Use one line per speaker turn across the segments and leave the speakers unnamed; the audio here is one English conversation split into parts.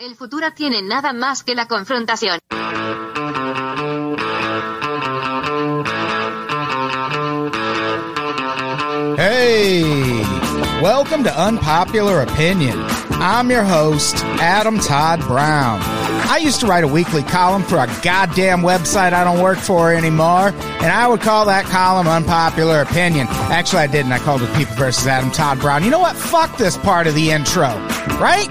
El futuro tiene nada más que la confrontación.
Hey, welcome to Unpopular Opinion. I'm your host, Adam Todd Brown. I used to write a weekly column for a goddamn website I don't work for anymore, and I would call that column Unpopular Opinion. Actually, I didn't. I called it People versus Adam Todd Brown. You know what? Fuck this part of the intro, right?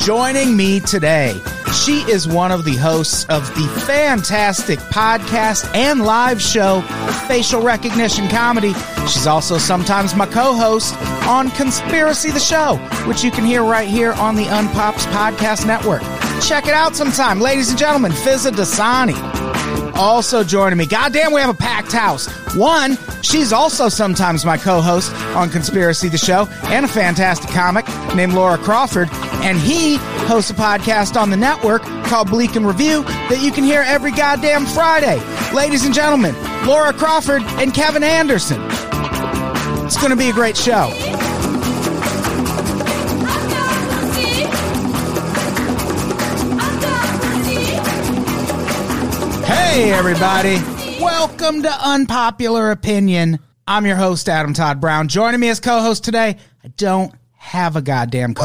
Joining me today, she is one of the hosts of the fantastic podcast and live show, Facial Recognition Comedy. She's also sometimes my co host on Conspiracy the Show, which you can hear right here on the Unpops Podcast Network. Check it out sometime. Ladies and gentlemen, Fizza Dasani also joining me. Goddamn, we have a packed house. One, she's also sometimes my co host on Conspiracy the Show and a fantastic comic named Laura Crawford. And he hosts a podcast on the network called Bleak and Review that you can hear every goddamn Friday. Ladies and gentlemen, Laura Crawford and Kevin Anderson. It's going to be a great show. Hey, everybody. Welcome to Unpopular Opinion. I'm your host, Adam Todd Brown. Joining me as co host today, I don't have a goddamn co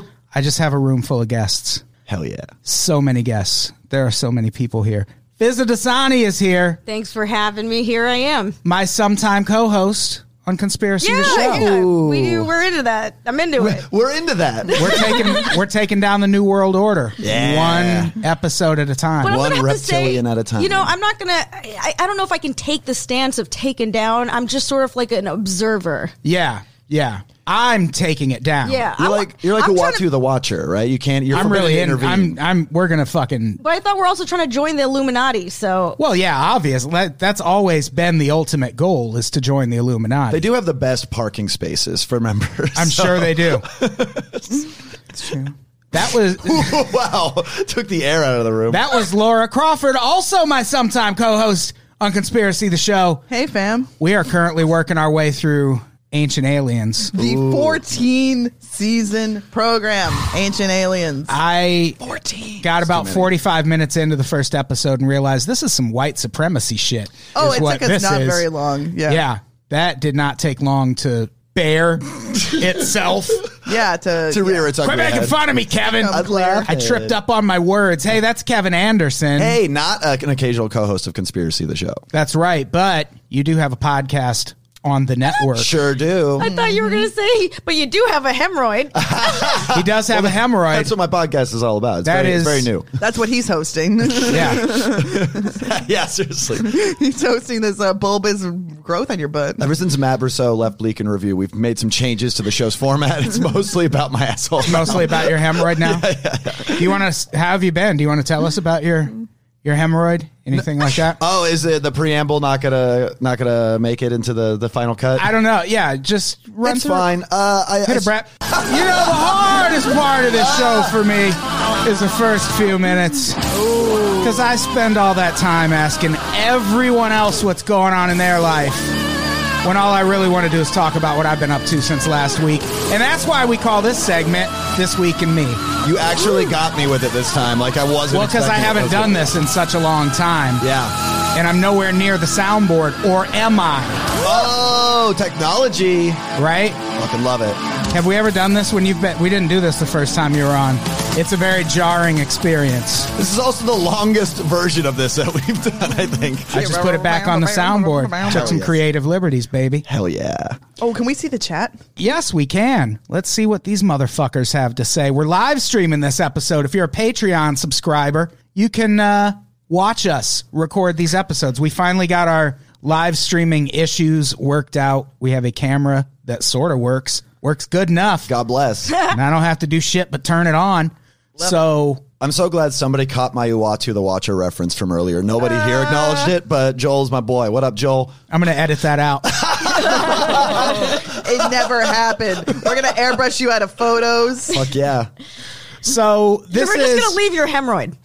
host. I just have a room full of guests.
Hell yeah.
So many guests. There are so many people here. Fizza Dasani is here,
Thanks for having me. Here I am.
my sometime co host on Conspiracy the Show.
We do, we're into that. I'm into it.
We're into that. We're-
We're taking we're taking down the New World Order
Yeah.
one episode at a time.
But I'm
One
gonna have to say,
reptilian at a time.
You know, I'm not gonna. I, I don't know if I can take the stance of taken down. I'm just sort of like an observer.
Yeah, yeah. I'm taking it down.
Yeah,
you're
I'm-
like you're like
I'm
a
trying
watcher, the watcher, right? You can't. You're
I'm
forbidden
really
to
in. I'm.
intervene.
I'm. We're gonna fucking.
But I thought we're also trying to join the Illuminati. So
Well, yeah, obvious. That, that's always been the ultimate goal is to join the Illuminati.
they do have the best parking spaces for members.
I'm
so-
sure they do. It's true. That was
wow, took the air out of the room.
that was Laura Crawford, also my sometime co-host on Conspiracy the Show.
Hey, fam.
We are currently working our way through Ancient Aliens.
The 14 season program, Ancient Aliens.
I
14.
got about 45 minutes into the first episode and realized this is some white supremacy shit.
Oh,
is
it
what
took us
this
not
is.
very long. Yeah.
Yeah. that did not take long to bear itself.
Yeah, to,
to
yeah.
rear its ugly
Quit making
head.
fun of me, Kevin.
I'm glad.
I tripped up on my words. Hey, that's Kevin Anderson.
Hey, not uh, an occasional co-host of Conspiracy the Show.
That's right. But you do have a podcast on the network.
Sure do.
I thought you were gonna say, but you do have a hemorrhoid.
He does have a
That's
hemorrhoid.
what my podcast is all about. It's
That
very,
is-
it's very new.
That's what he's hosting.
yeah.
yeah, seriously.
he's hosting this uh, bulbous growth on your butt.
Ever since Matt Brousseau left Bleak and Review, we've made some changes to the show's format. It's mostly about my asshole.
Mostly about your hemorrhoid now. Do you want to? How have you been? Do you want to tell us about your your hemorrhoid? Anything like that?
Oh, is it the preamble not gonna not gonna make it into the the final cut?
I don't know. Yeah, just run
That's
through it.
fine. Uh, I,
Hit
I-
it, Brett. You know, the hardest part of this show for me is the first few minutes. Because I spend all that time asking everyone else what's going on in their life. When all I really want to do is talk about what I've been up to since last week. And that's why we call this segment This Week in Me.
You actually got me with it this time. Like I wasn't.
Well, because I
expecting it.
haven't
Okay.
done this in such a long time.
Yeah.
And I'm nowhere near the soundboard, or am I?
Oh, technology!
Right?
Fucking love it.
Have we ever done this when you've been? We didn't do this the first time you were on. It's a very jarring experience.
This is also the longest version of this that we've done. I think.
I just put it back on the soundboard. Took some
yes.
creative liberties, baby.
Hell yeah!
Oh, can we see the chat?
Yes, we can. Let's see what these motherfuckers have to say. We're live streaming this episode. If you're a Patreon subscriber, you can uh, watch us record these episodes. We finally got our live streaming issues worked out. We have a camera that sort of works, works good enough.
God bless.
and I don't have to do shit but turn it on. So
I'm so glad somebody caught my Uatu the Watcher reference from earlier. Nobody
Uh.
here acknowledged it, but Joel's my boy. What up, Joel?
I'm going to edit that out.
It never happened. We're gonna airbrush you out of photos.
Fuck yeah.
So
We're
this
just
is
gonna leave your hemorrhoid.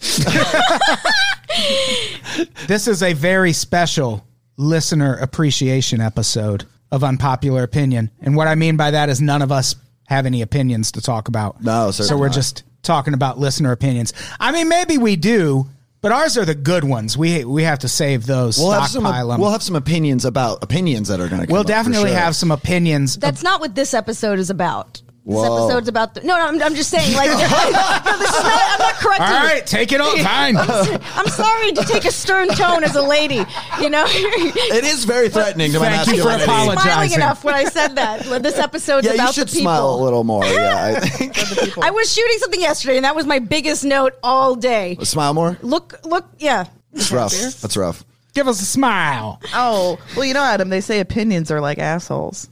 this is a very special listener appreciation episode of unpopular opinion, and what I mean by that is none of us have any opinions to talk about.
No,
so
certainly
we're
not.
just talking about listener opinions. I mean, maybe we do, but ours are the good ones. We we have to save those.
We'll
stockpile
have, some,
them.
we'll have some opinions about opinions that are going to come
We'll
up for
definitely
sure.
have some opinions.
That's not what this episode is about. This
Whoa.
episode's about the, no, no. I'm, I'm just saying, like, no, this is not, I'm not correcting.
All
you.
right, take it
Oh,
all time.
I'm sorry to take a stern tone as a lady. You know,
It is very threatening to my
Thank you for
masculinity.
apologizing.
smiling enough when I said that. Well, This episode's
Yeah,
about
you should
the people.
smile a little more. Yeah, I think.
I was shooting something yesterday, and that was my biggest note all day.
smile more.
Look, look, yeah.
That's rough. That's rough.
Give us a smile.
Oh, well, you know, Adam. They say opinions are like assholes.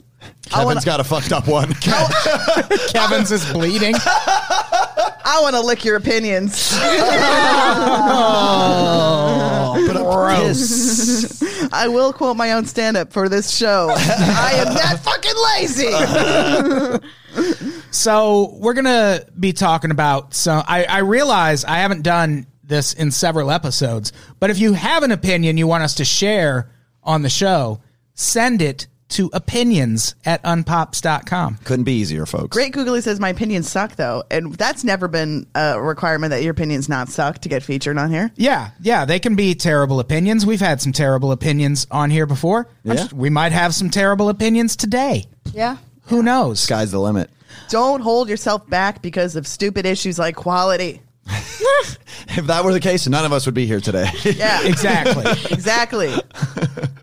Kevin's got a fucked up one.
Kevin's is bleeding.
I want to lick your opinions.
Oh, Gross.
I will quote my own stand-up for this show. I am not fucking lazy.
So we're gonna be talking about some. I, I realize I haven't done this in several episodes, but if you have an opinion you want us to share on the show, send it to opinions at unpops.com.
Couldn't be easier, folks.
Great Googly says my opinions suck though, and that's never been a requirement that your opinions not suck to get featured on here.
Yeah, yeah, they can be terrible opinions. We've had some terrible opinions on here before. I'm
Yeah.
s- we might have some terrible opinions today.
Yeah.
Who knows?
Sky's the limit.
Don't hold yourself back because of stupid issues like quality.
If that were the case, none of us would be here today.
Yeah,
Exactly.
exactly.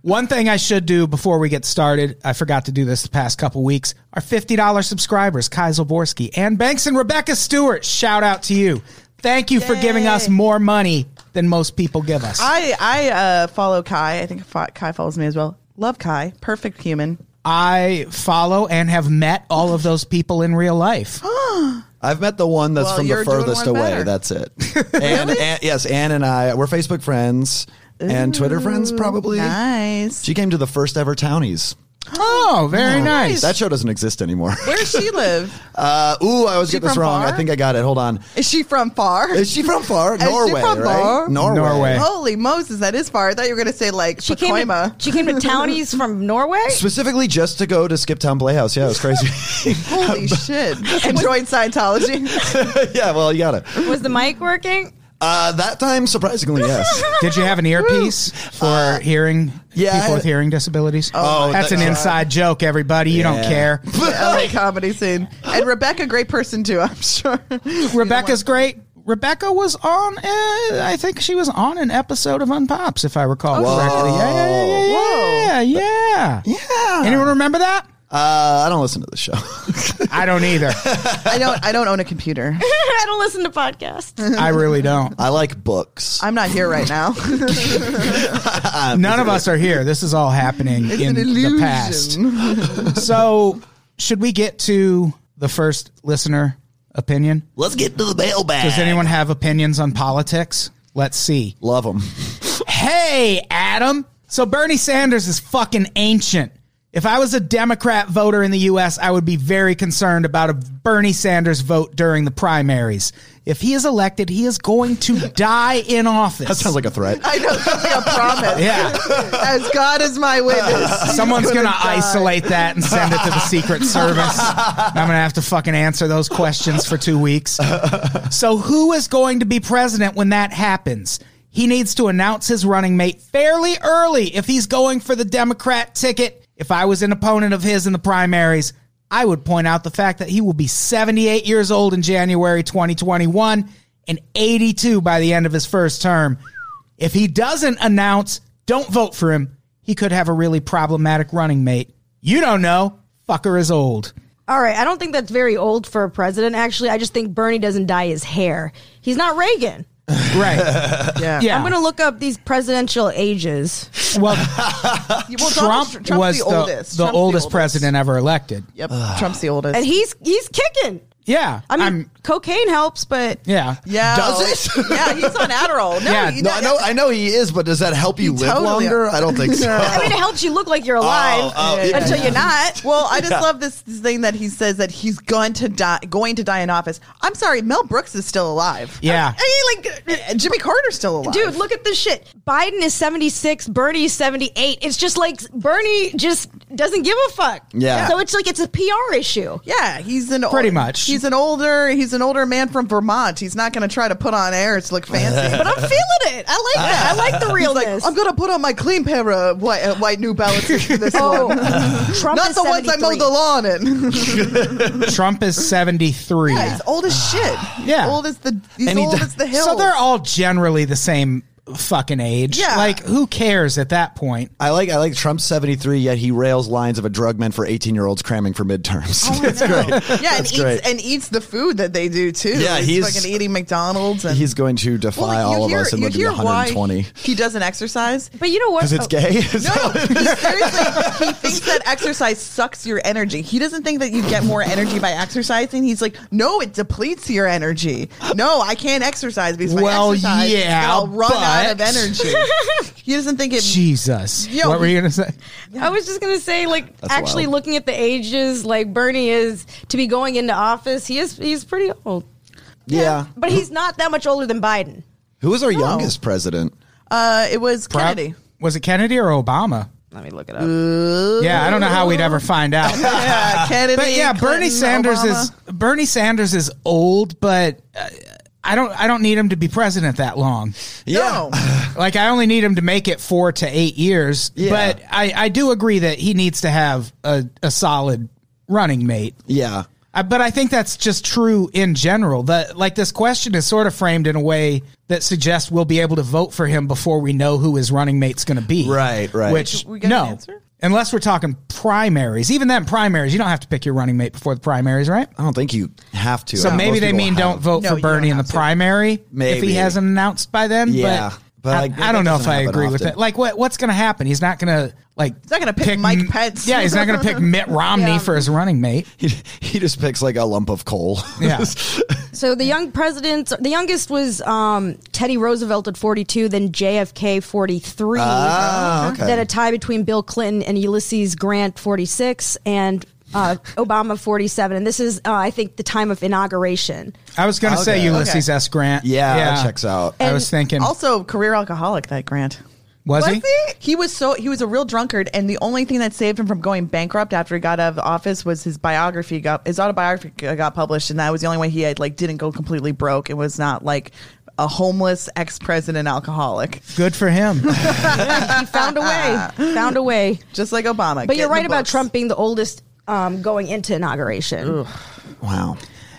One thing I should do before we get started, I forgot to do this the past couple weeks. Our $50 subscribers, Kai Zilborski, Ann Banks, and Rebecca Stewart, shout out to you. Thank you for giving us more money than most people give us. I,
I I uh, follow Kai. I think fo- Kai follows me as well. Love Kai. Perfect human.
follow and have met all of those people in real life.
I've met the one that's
Well,
from the
you're doing
furthest
one
away.
better.
That's it. and, and yes, Anne and I we're Facebook friends and Twitter friends probably.
Nice.
She came to the first ever Townies.
Oh, very nice.
That show doesn't exist anymore.
Where does she live?
Uh, ooh, I always get this
from
wrong.
far?
I think I got it. Hold on.
Is she from far?
Is she from far?
she
Norway,
from
right?
far?
Norway.
Norway.
Holy Moses, that is far. I thought you were going to say like
She came, to,
Pacoima.
she came to townies from Norway.
Specifically just to go to Skiptown Playhouse. Yeah, it was crazy.
Holy shit. And joined Scientology.
yeah, well, you got it.
Was the mic working?
Uh, that time, surprisingly, yes.
Did you have an earpiece for hearing
yeah, I
people
had-
with hearing disabilities?
Oh,
that's an
that's-
inside joke, everybody. You don't
Yeah.
care.
LA comedy scene. And Rebecca, great person too, I'm sure.
Rebecca's great. Rebecca was on. Uh, I think she was on an episode of Unpops, if I recall
Whoa.
correctly. Yeah, yeah, yeah, yeah, yeah, yeah.
Yeah.
Anyone remember that?
Uh, I don't listen to the show.
I don't either.
I don't I don't own a computer.
I don't listen to podcasts.
I really don't.
I like books.
I'm not here right now.
None of us are here. This is all happening in
an
the past. So, should we get to the first listener opinion?
Let's get to the mailbag.
Does anyone have opinions on politics? Let's see.
Love them.
Hey, Adam. So Bernie Sanders is fucking ancient. If I was a Democrat voter in the U.S., I would be very concerned about a Bernie Sanders vote during the primaries. If he is elected, he is going to die in office.
That sounds like a threat.
I know something I promise.
Yeah.
As God is my witness.
Someone's
you're
going to
die.
isolate that and send it to the Secret Service. I'm going to have to fucking answer those questions for two weeks. So, who is going to be president when that happens? He needs to announce his running mate fairly early if he's going for the Democrat ticket. If I was an opponent of his in the primaries, I would point out the fact that he will be 78 years old in January 2021 and 82 by the end of his first term. If he doesn't announce, don't vote for him. He could have a really problematic running mate. You don't know. Fucker is old.
All right, I don't think that's very old for a president. Actually, I just think Bernie doesn't dye his hair. He's not Reagan.
Right.
Yeah.
Yeah.
I'm gonna look up these presidential ages.
Well,
Well, Donald
Trump,
Tr-
was the, the,
Trump's
oldest president ever elected.
Yep. Trump's the oldest.
and he's he's kicking.
Yeah.
I mean,
I'm-
cocaine helps, but
yeah.
Yeah.
Does it?
yeah, he's on Adderall. No,
Yeah,
you-
No, I know, I know he is, but does that help you
He
live
totally-
longer? I don't think so.
I mean, it helps you look like you're alive
oh, yeah,
until
yeah.
you're not.
Well, I just love this this thing that he says that he's going to die, going to die in office. I'm sorry, Mel Brooks is still alive.
Yeah.
I mean, like uh, Jimmy Carter's still alive,
Dude, look at this shit. Biden is 76, Bernie is 78. It's just like Bernie just doesn't give a fuck.
Yeah.
So it's like it's a PR issue.
Yeah, he's an
Pretty much.
He's an older. He's an older man from Vermont. He's not going to try to put on airs to look fancy.
But I'm feeling it. I like that. I like the
He's like,
realness.
I'm going to put on my clean pair of white, uh, white New Balances for this
Oh,
one.
Trump
Not
is
the ones I mowed
73.
the lawn in.
Trump is 73.
yeah, he's old as shit. He's
Yeah.
old as the he's
And he
old
d-
as the hill.
So they're all generally the same fucking age.
Yeah.
Like, who cares at that point?
I like I like Trump's seventy three, yet he rails lines of a drug man for eighteen year olds cramming for midterms.
Oh
That's great.
yeah, and eats,
great.
and eats the food that they do too.
Yeah, he's-
fucking eating McDonald's and
He's going to defy
Well, you
all
hear-
of us and
you
live to be
hear
one hundred and twenty
why He doesn't exercise.
But you know what?
because it's
Oh,
gay.
No, he seriously, he thinks that exercise sucks your energy. He doesn't think that you get more energy by exercising. He's like, no, it depletes your energy. No, I can't exercise because if
Well,
I exercise,
yeah,
I'll run out of
but-
energy. He doesn't think it.
Jesus.
Yo,
what were you going to say?
I was just gonna say, like,
That's
actually
wild.
looking at the ages, like Bernie is to be going into office. He is. He's pretty old,
yeah.
but he's not that much older than Biden.
Who was our youngest president?
Uh, it was Kennedy.
Was it Kennedy or Obama?
Let me look it up.
Yeah, I don't know how we'd ever find out.
Yeah, Kennedy.
but yeah, Bernie
Clinton,
Sanders
Obama.
is Bernie Sanders is old, but uh, I don't I don't need him to be president that long.
No.
Like I only need him to make it four to eight years.
Yeah.
But I, I do agree that he needs to have a, a solid running mate.
Yeah.
I, but I think that's just true in general. That like this question is sort of framed in a way that suggests we'll be able to vote for him before we know who his running mate's going to be.
Right, right.
Which
We got an
no,
answer?
unless we're talking primaries. Even then, primaries you don't have to pick your running mate before the primaries, right?
I don't think you have to.
So
I mean,
maybe
most
they
people
mean
have.
don't vote
No,
for
you don't
Bernie in the
have to.
primary if he
Maybe.
hasn't announced by then.
Yeah, but,
but,
like,
I, I
that
don't know if
doesn't
I
happen
agree with
often.
it. Like what what's going to happen? He's not going to like he's
not gonna pick Mike Pence.
Yeah, he's not going to pick Mitt Romney
Yeah.
for his running mate.
He, he just picks like a lump of coal.
Yeah.
So the young presidents, the youngest was um, Teddy Roosevelt at 42, then JFK 43.
Ah, okay.
Uh-huh. Then a tie between Bill Clinton and Ulysses Grant 46, and uh, Obama 47. And this is, uh, I think, the time of inauguration.
I was going to say
Okay.
Ulysses S. Grant.
Yeah, that checks out.
I was thinking,
also career alcoholic. That Grant.
was, he?
He was so he was a real drunkard, and the only thing that saved him from going bankrupt after he got out of office was his biography got his autobiography got published, and that was the only way he had like didn't go completely broke and was not like a homeless ex president alcoholic,
Good for him.
He found a way. found a way.
just like Obama.
But
Ah, Get
you're
in the
right about
books.
Trump being the oldest um, going into inauguration.
wow.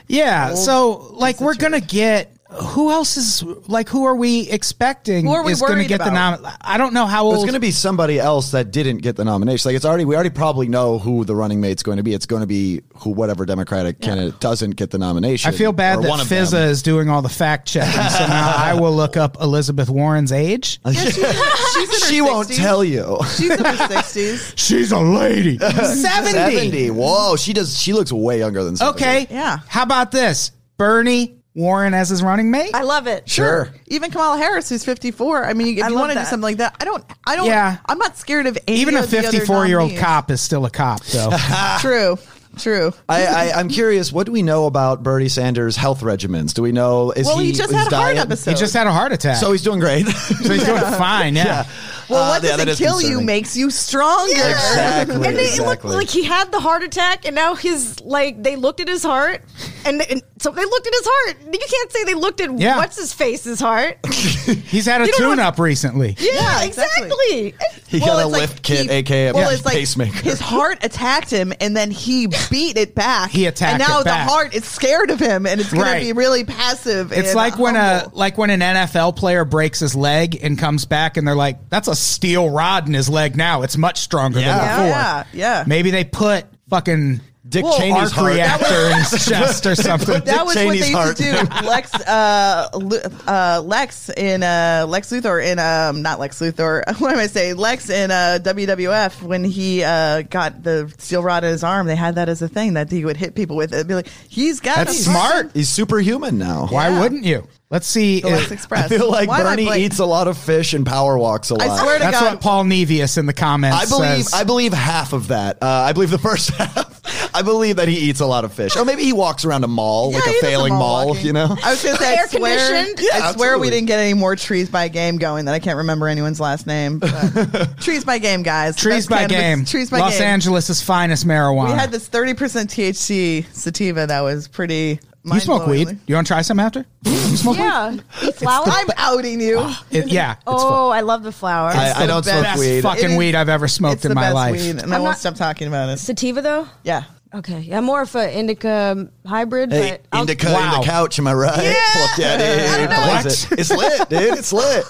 yeah. So like we're going to get. Who else is like? Who are we expecting
Who are we
is going to
worried
get the
about?
nom? I don't know how
But
old.
it's going to be somebody else that didn't get the nomination. Like it's already, we already probably know who the running mate's going to be. It's going to be who whatever Democratic candidate doesn't get the nomination.
I feel bad
or
that
one of them.
FISA is doing all the fact checking, so now I will look up Elizabeth Warren's age.
She's in her
she won't
60s.
tell you.
She's in her sixties.
She's a lady. 70.
Seventy. Whoa, she does. She looks way younger than. 70.
Okay.
Yeah.
How about this? Bernie Warren as his running mate?
I love it.
Sure.
Even Kamala Harris, who's 54. I mean, if
I
you
love
want to do
that.
something like that, I don't. I don't.
Yeah.
I'm not scared of any
Even a
of the other
54 year old
nominees.
cop is still a cop, though.
True.
Uh,
True.
I, I, I'm curious. What do we know about Bernie Sanders' health regimens? Do we know? Is
Well, he, just
is
had a heart
diet-
episode.
he just had a heart attack.
So he's doing great.
So he's doing fine, yeah.
Well,
Uh,
what
yeah, that
doesn't
is
kill you
concerning.
makes you stronger.
Exactly.
And they looked
exactly.
like he had the heart attack, and now his like they looked at his heart, and, and so they looked at his heart. You can't say they looked at
Yeah.
what's his face's heart.
He's had a
You don't know
tune up recently.
Yeah,
exactly.
exactly.
He got a
it's like
lift kit,
he-
aka a
well, it's like
pacemaker.
His heart attacked him, and then he beat it back.
He attacked
and now
it back.
the heart is scared of him, and it's going
Right.
to be really passive.
It's
and
like when
uh,
a
humble.
like when an NFL player breaks his leg and comes back and they're like, "That's a steel rod in his leg now. It's much stronger
Yeah.
than before."
yeah, yeah.
Maybe they put fucking
Dick
Well,
Cheney's
arc
heart.
reactor in his chest or something.
That was
Cheney's
what they used to do. Lex, uh, Lu- uh, Lex in uh, Lex Luthor in um, not Lex Luthor. What am I saying? Lex in uh, WWF when he uh, got the steel rod in his arm. They had that as a thing that he would hit people with. It'd be like he's got
That's
a-
smart.
He's superhuman now.
Why wouldn't you? Let's see.
The Lex
if-
Express.
I feel like
Why am I
Bernie
blank-
eats a lot of fish and power walks a lot.
I swear to
That's
God,
what Paul Nevius in the comments
I believe
says.
I believe half of that. Uh, I believe the first half. I believe that he eats a lot of fish, or maybe he walks around a mall
Yeah,
like
he
a
does the
failing mall.
walking.
you know,
I was gonna say, I
Air
swear,
conditioned?
I
Yeah,
swear we
absolutely.
didn't get any more trees by game going. That I can't remember anyone's last name. but- trees by game, guys.
trees
That's
by
cannabis-
game.
Trees by
Los
game.
Angeles' finest marijuana.
We had this thirty percent THC sativa that was pretty.
you smoke weed.
mind-blowing.
You want to try some after? You smoke
Yeah. Eat flour?
I'm outing you.
weed? It- yeah. It's
oh, I love the flour.
I, I don't
best
smoke
best
weed.
fucking
It is-
weed I've ever
It's
smoked
the
in my
best
life.
weed, and I
I'm
won't
not-
stop talking about it.
Sativa, though?
Yeah.
Okay. I'm more of an indica um, hybrid.
Hey,
but I'll-
indica
Wow.
in the couch, am I right?
Yeah.
Fuck yeah, dude.
know.
Plays it. It's lit, dude. It's lit.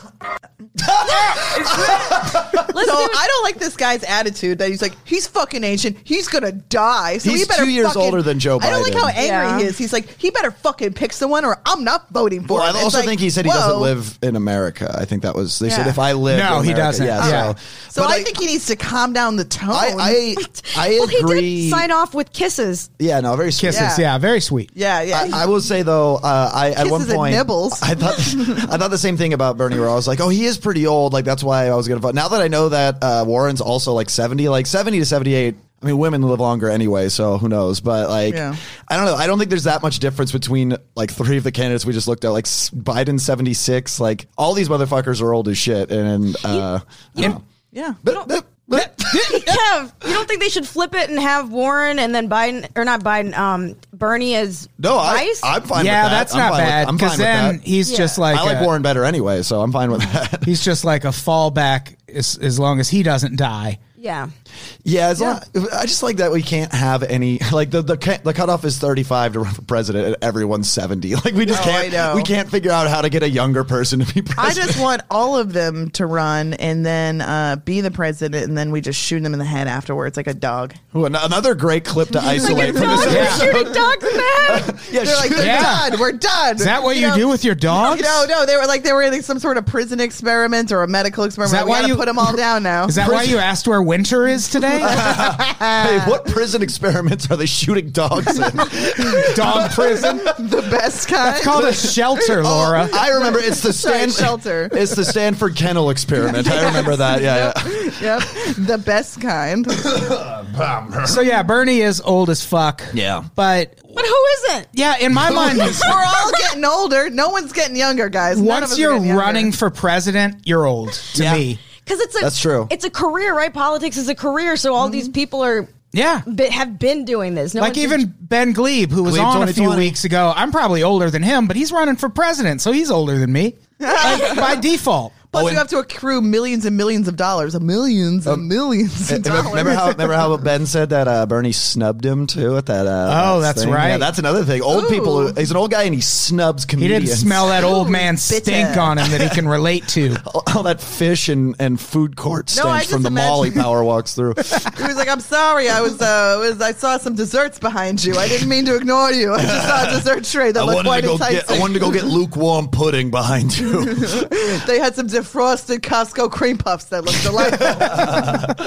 Let's
So
do it.
I don't like this guy's attitude that he's like he's fucking ancient. He's gonna die. So
He's
he better
two years
fucking-
older than Joe
I don't like
Biden.
how angry
Yeah.
he is. He's like he better fucking pick someone or I'm not voting for
Well,
him.
I
It's
also
like,
think he said he doesn't
whoa.
live in America. I think that was they said
Yeah.
if I live,
No,
in
he
America.
doesn't.
Yeah,
Yeah.
So
but
I, think Oh, he needs to calm down the tone.
I I, I
well,
agree.
he did sign off with kisses.
Yeah, no, very sweet.
Kisses. Yeah. very sweet.
yeah, yeah.
I, I will say though, uh, I at
Kisses
one
and
point
nibbles.
I thought I thought the same thing about Bernie. Where I was like, oh, he is pretty old. Like that's why I was gonna vote. Now that I know that uh, Warren's also like seventy, like seventy to seventy-eight. I mean, women live longer anyway, so who knows? But like,
Yeah.
I don't know. I don't think there's that much difference between like three of the candidates we just looked at. Like s- Biden, seventy six. Like all these motherfuckers are old as shit. And uh, I don't know.
yeah.
But- but- but-
Kev, you don't think they should flip it and have Warren and then Biden or not Biden, um, Bernie as
no, I,
vice?
I'm fine.
yeah,
with that.
that's
I'm
not
fine with-
bad.
I'm fine
Because
with
then
that.
he's
Yeah.
just like
I like
a-
Warren better anyway, so I'm fine with that.
He's just like a fallback as, as long as he doesn't die.
yeah.
Yeah, as Long, I just like that we can't have any like the the ca- the cutoff is 35 to run for president and everyone's 70. Like we just
Oh, I know.
can't we can't figure out how to get a younger person to be
I
president.
just want all of them to run and then uh, be the president, and then we just shoot them in the head afterwards like a dog.
Ooh, an- another great clip to isolate from this.
Dogs,
Yeah.
shooting dogs in the head.
Yeah,
They're like,
shoot
we're
Yeah.
done. We're done.
Is that what you,
know,
do with your dogs?
No, no, they were like they were in some sort of prison experiment or a medical experiment.
Is that
we
why
gotta
you
put them all down now?
Is that why you asked where winter is today?
hey, what prison experiments are they shooting dogs in?
Dog prison.
the best kind?
It's called a
Oh,
shelter, Laura.
I remember it's the
Sorry,
Stanford
shelter.
It's the Stanford kennel experiment. I remember that. Yeah, yeah.
yep, the best kind.
So yeah, Bernie is old as fuck.
Yeah.
but
But who isn't?
yeah, in my mind,
We're all getting older. No one's getting younger, guys. None of us
once
are
you're
getting younger.
running for president, you're old to
Yeah.
me.
Because it's a
That's true.
It's a career, right? Politics is a career, so all these people are
Yeah.
be, have been doing this. No
like
one's-
even Ben Glebe, who was
Glebe
on a few
2020.
weeks ago, I'm probably older than him, but he's running for president, so he's older than me Like, by default.
Plus,
Oh,
you
and-
have to accrue millions and millions of dollars, millions
Um,
and millions of dollars.
Remember, remember how remember how Ben said that uh, Bernie snubbed him too at that. Uh,
Oh,
that
that's
thing?
right.
Yeah, that's another thing. Old
Ooh.
people. He's an old guy and he snubs
He
comedians.
didn't smell that old
Ooh,
man stink
bitter.
on him that he can relate to.
all, all that fish and, and food court
No,
stench
I just
from the Molly
imagine-
Power walks through.
He was like, "I'm sorry, I was, uh, was, I saw some desserts behind you. I didn't mean to ignore you. I just saw a dessert tray that looked quite enticing.
to go get lukewarm pudding behind you.
they had some defrosted Costco cream puffs that looked delightful.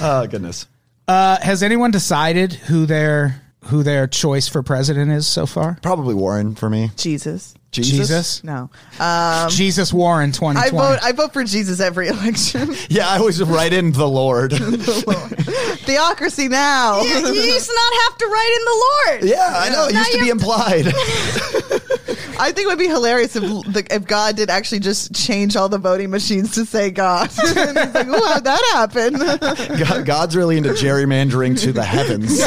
oh goodness.
Uh, has anyone decided who their who their choice for president is so far?
Probably Warren for me.
Jesus,
Jesus.
Jesus,
no, um,
Jesus Warren, twenty
I
twenty.
vote. I vote for Jesus every election.
Yeah, I always write in the Lord.
Theocracy now.
you, you used to not have to write in the Lord.
yeah, I know. It
Now
used to
you
be
have
implied.
I think it would be hilarious if the, if God did actually just change all the voting machines to say God. And he's like, "Ooh, how'd that happen?
God, God's really into gerrymandering to the heavens.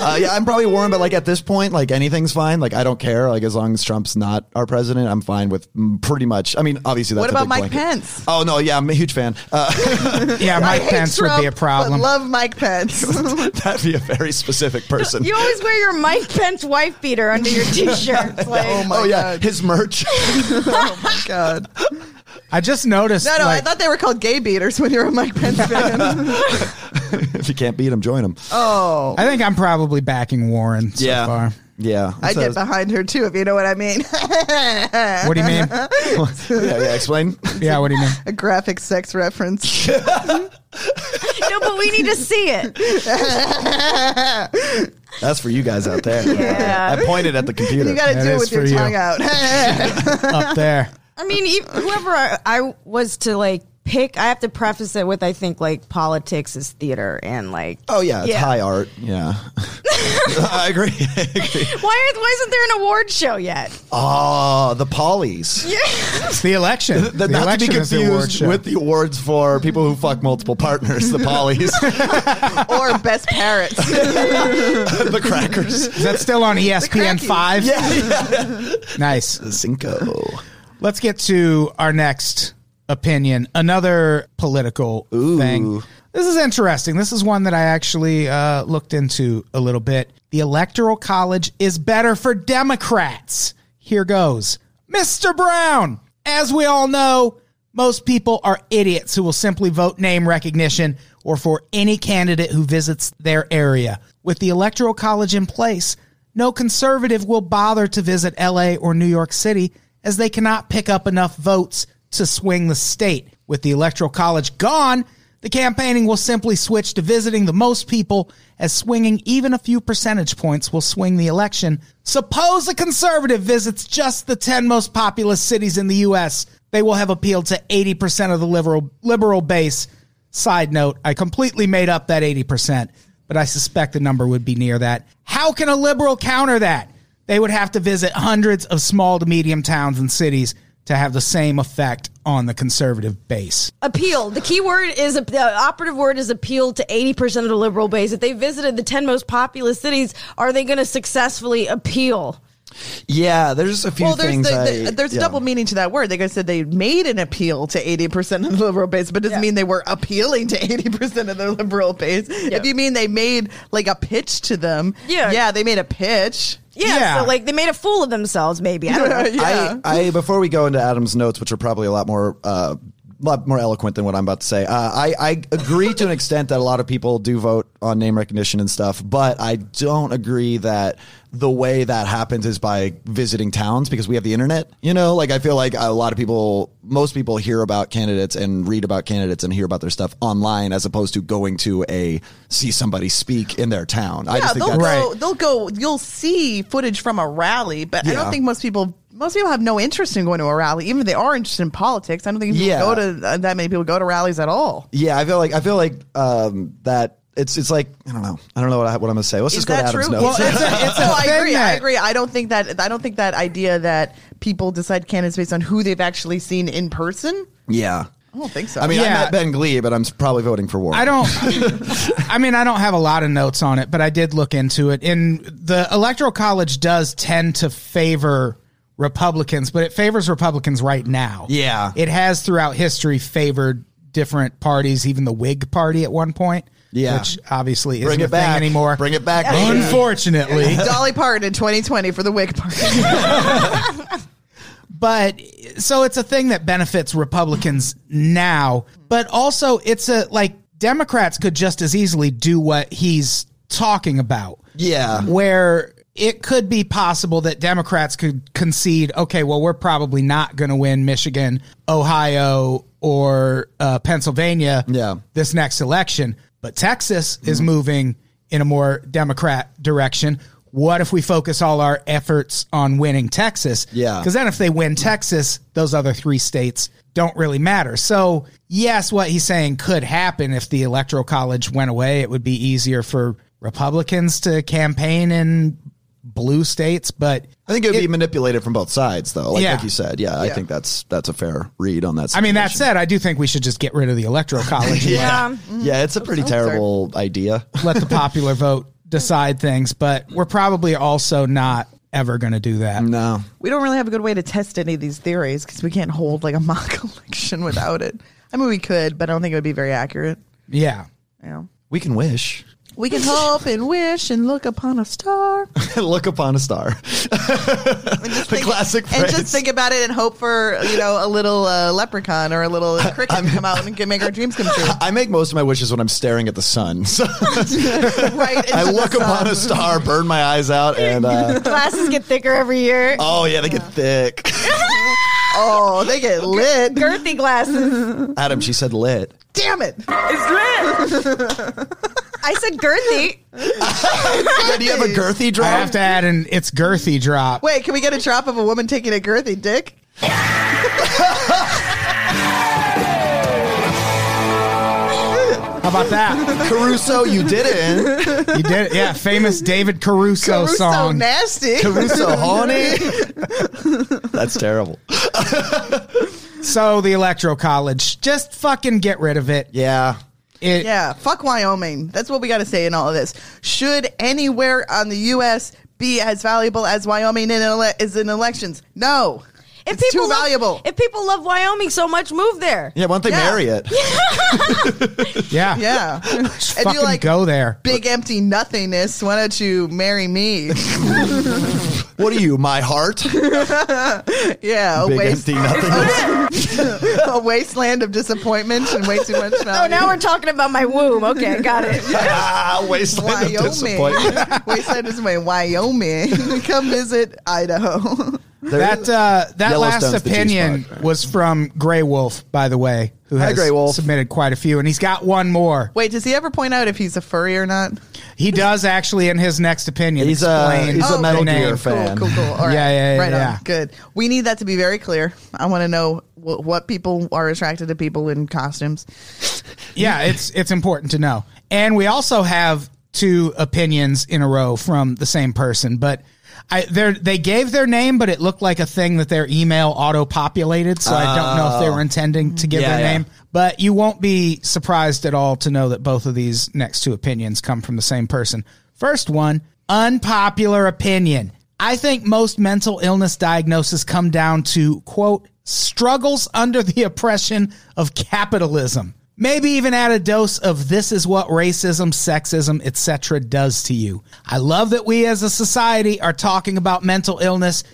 Uh, yeah, I'm probably Warren, but like at this point, like anything's fine. Like I don't care. Like as long as Trump's not our president, I'm fine with mm, pretty much. I mean, obviously that's
What
a
about
big
Mike
blanket.
Pence?
Oh no, yeah, I'm a huge fan. Uh,
yeah,
I
Mike
hate
Pence would be a
Trump,
problem.
But love Mike Pence.
that'd be a very specific person.
You always wear your Mike Pence wife beater under your t-shirts. Like,
Oh my
oh yeah,
God.
his merch.
oh my god.
I just noticed.
No, no, I
like-
thought they were called gay beaters when you're a Mike Pence fan.
if you can't beat him, join him.
Oh,
I think I'm probably backing Warren so far.
Yeah.
I
So-
get behind her too, if you know what I mean.
What do you mean?
yeah, yeah, explain.
Yeah, what do you mean?
A graphic sex reference.
no, but we need to see it.
That's for you guys out there.
Yeah.
I pointed at the computer.
You got to
That
do it
is
with your
for you.
tongue out.
Up there.
I mean, e- whoever I, I was to like pick, I have to preface it with I think like politics is theater and like
oh yeah, it's
Yeah.
high art. Yeah. I agree. I agree.
why are, why isn't there an award show yet?
Oh, the pollies.
It's the election.
The,
The,
not to be
election is the award
confused
show.
with the awards for people who fuck multiple partners, the pollies,
or best parrots.
the crackers.
is that still on E ESPN
Crackies.
five?
Yeah, yeah.
Nice.
Cinco.
Let's get to our next opinion. Another political thing. This is interesting. This is one that I actually uh, looked into a little bit. The Electoral College is better for Democrats. Here goes. Mr. Brown, as we all know, most people are idiots who will simply vote name recognition or for any candidate who visits their area. With the Electoral College in place, no conservative will bother to visit LA or New York City as they cannot pick up enough votes to swing the state. With the Electoral College gone, the campaigning will simply switch to visiting the most people, as swinging even a few percentage points will swing the election. Suppose a conservative visits just the 10 most populous cities in the U.S., they will have appealed to 80% of the liberal, liberal base. Side note, I completely made up that 80%, but I suspect the number would be near that. How can a liberal counter that? They would have to visit hundreds of small to medium towns and cities to have the same effect on the conservative base.
Appeal. The key word is the operative word is appeal to eighty percent of the liberal base. If they visited the ten most populous cities, are they going to successfully appeal?
Yeah, there's just a few
well, there's
things.
the,
I-
the, there's
yeah.
a double meaning to that word. They guys said they made an appeal to 80% of the liberal base, but it doesn't
Yeah.
mean they were appealing to 80% of the liberal base. If you mean they made like a pitch to them,
Yeah.
yeah, they made a pitch.
Yeah,
Yeah.
So like they made a fool of themselves. Maybe I don't know.
yeah.
I, I before we go into Adam's notes, which are probably a lot more uh, lot more eloquent than what I'm about to say. Uh, I I agree to an extent that a lot of people do vote on name recognition and stuff, but I don't agree that the way that happens is by visiting towns because we have the internet. You know, like I feel like a lot of people, most people hear about candidates and read about candidates and hear about their stuff online as opposed to going to a see somebody speak in their town. I
yeah,
just think
they'll
that's
go.
Right.
They'll go. You'll see footage from a rally, but I
Yeah.
don't think most people. Most people have no interest in going to a rally, even if they are interested in politics. I don't think people
Yeah.
go to uh, that many people go to rallies at all.
Yeah, I feel like I feel like um, that. It's it's like I don't know. I don't know what, I, what I'm gonna say. Let's
Is
just go to
that
Adam's
true?
notes.
Is that-
it's a
No, I
thing
agree. I
that-
agree. I don't think that. I don't think that idea that people decide candidates based on who they've actually seen in person.
yeah.
I don't think so.
I mean,
Yeah.
I met Ben Glee, but I'm s- probably voting for Warren.
I don't. I mean, I don't have a lot of notes on it, but I did look into it. And the electoral college does tend to favor Republicans, but it favors Republicans right now.
Yeah.
it has throughout history favored different parties, even the Whig Party at one point.
Yeah.
which obviously
bring
isn't a
it back
thing anymore.
Bring it back. baby.
Unfortunately,
Dolly Parton in 2020 for the Whig Party.
but so it's a thing that benefits Republicans now, but also it's a like Democrats could just as easily do what he's talking about.
Yeah.
Where it could be possible that Democrats could concede, okay, well, we're probably not going to win Michigan, Ohio, or uh, Pennsylvania
Yeah. Mm-hmm.
this next election, but Texas is moving in a more Democrat direction. What if we focus all our efforts on winning Texas?
Yeah.
Because then if they win Texas, those other three states don't really matter. So, yes, what he's saying could happen if the Electoral College went away. It would be easier for Republicans to campaign in blue states, but
I think it would be manipulated from both sides, though. Like,
Yeah.
like you said, yeah, I think that's that's a fair read on that.
I mean, that
situation.
said, I do think we should just get rid of the Electoral College. and
Yeah,
mm.
yeah, it's a pretty
Oh,
terrible idea.
let the popular vote decide things, but we're probably also not ever going to do that.
No,
we don't really have a good way to test any of these theories because we can't hold like a mock election without it. I mean, we could, but I don't think it would be very accurate.
Yeah.
You know?
we can wish.
We can hope and wish and look upon a star.
Look upon a star. the classic
and
phrase.
just think about it and hope for you know a little uh, leprechaun or a little cricket to come out and can make our dreams come true.
I make most of my wishes when I'm staring at the sun. So
right? into
I
the
look upon
sun.
a star, burn my eyes out, and uh,
Glasses get thicker every year.
oh yeah, they get thick.
Oh, they get lit.
Girthy glasses.
Adam, she said lit.
Damn it!
I said girthy.
Did you have a girthy
I
drop?
have to add an it's girthy drop.
Wait, can we get a drop of a woman taking a girthy dick?
How about that?
Caruso, you didn't.
You did it. Yeah, famous David Caruso,
Caruso
song.
nasty.
Caruso, horny. That's terrible.
So the Electro College, just fucking get rid of it.
Yeah.
It-
Yeah, fuck Wyoming. That's what we got to say in all of this. Should anywhere on the U.S. be as valuable as Wyoming in ele- is in elections? No,
If
it's too
love-
valuable.
If people love Wyoming so much, move there.
Yeah, why don't they
Yeah.
marry it?
yeah,
yeah,
Just
If you
fucking
like-
go there.
big empty nothingness. Why don't you marry me?
What are you, my heart?
Yeah, a,
Big
waste,
empty nothingness.
a wasteland of disappointment and way too much
Oh,
value.
now we're talking about my womb. Okay, got it.
ah, wasteland of disappointment.
Wyoming. wasteland is my Wyoming. Come visit Idaho.
There
That
is-
uh, that last
Yellowstone's the G
opinion
spot.
was from Gray Wolf, by the way, who
Hi,
has
Grey Wolf.
submitted quite a few, and he's got one more.
Wait, does he ever point out if he's a furry or not?
He does actually in his next opinion.
He's a
explain
he's
the
a Metal
name.
Gear fan.
Oh, Cool, cool, cool. All right.
Yeah, yeah, yeah,
right
yeah.
on. Good. We need that to be very clear. I want to know wh- what people are attracted to people in costumes.
Yeah, it's it's important to know. And we also have two opinions in a row from the same person, but I they they gave their name, but it looked like a thing that their email auto populated, so I don't know if they were intending to give
Oh. Yeah,
their
yeah.
name. But you won't be surprised at all to know that both of these next two opinions come from the same person. First one, unpopular opinion. I think most mental illness diagnoses come down to, quote, struggles under the oppression of capitalism. Maybe even add a dose of this is what racism, sexism, etc. does to you. I love that we as a society are talking about mental illness,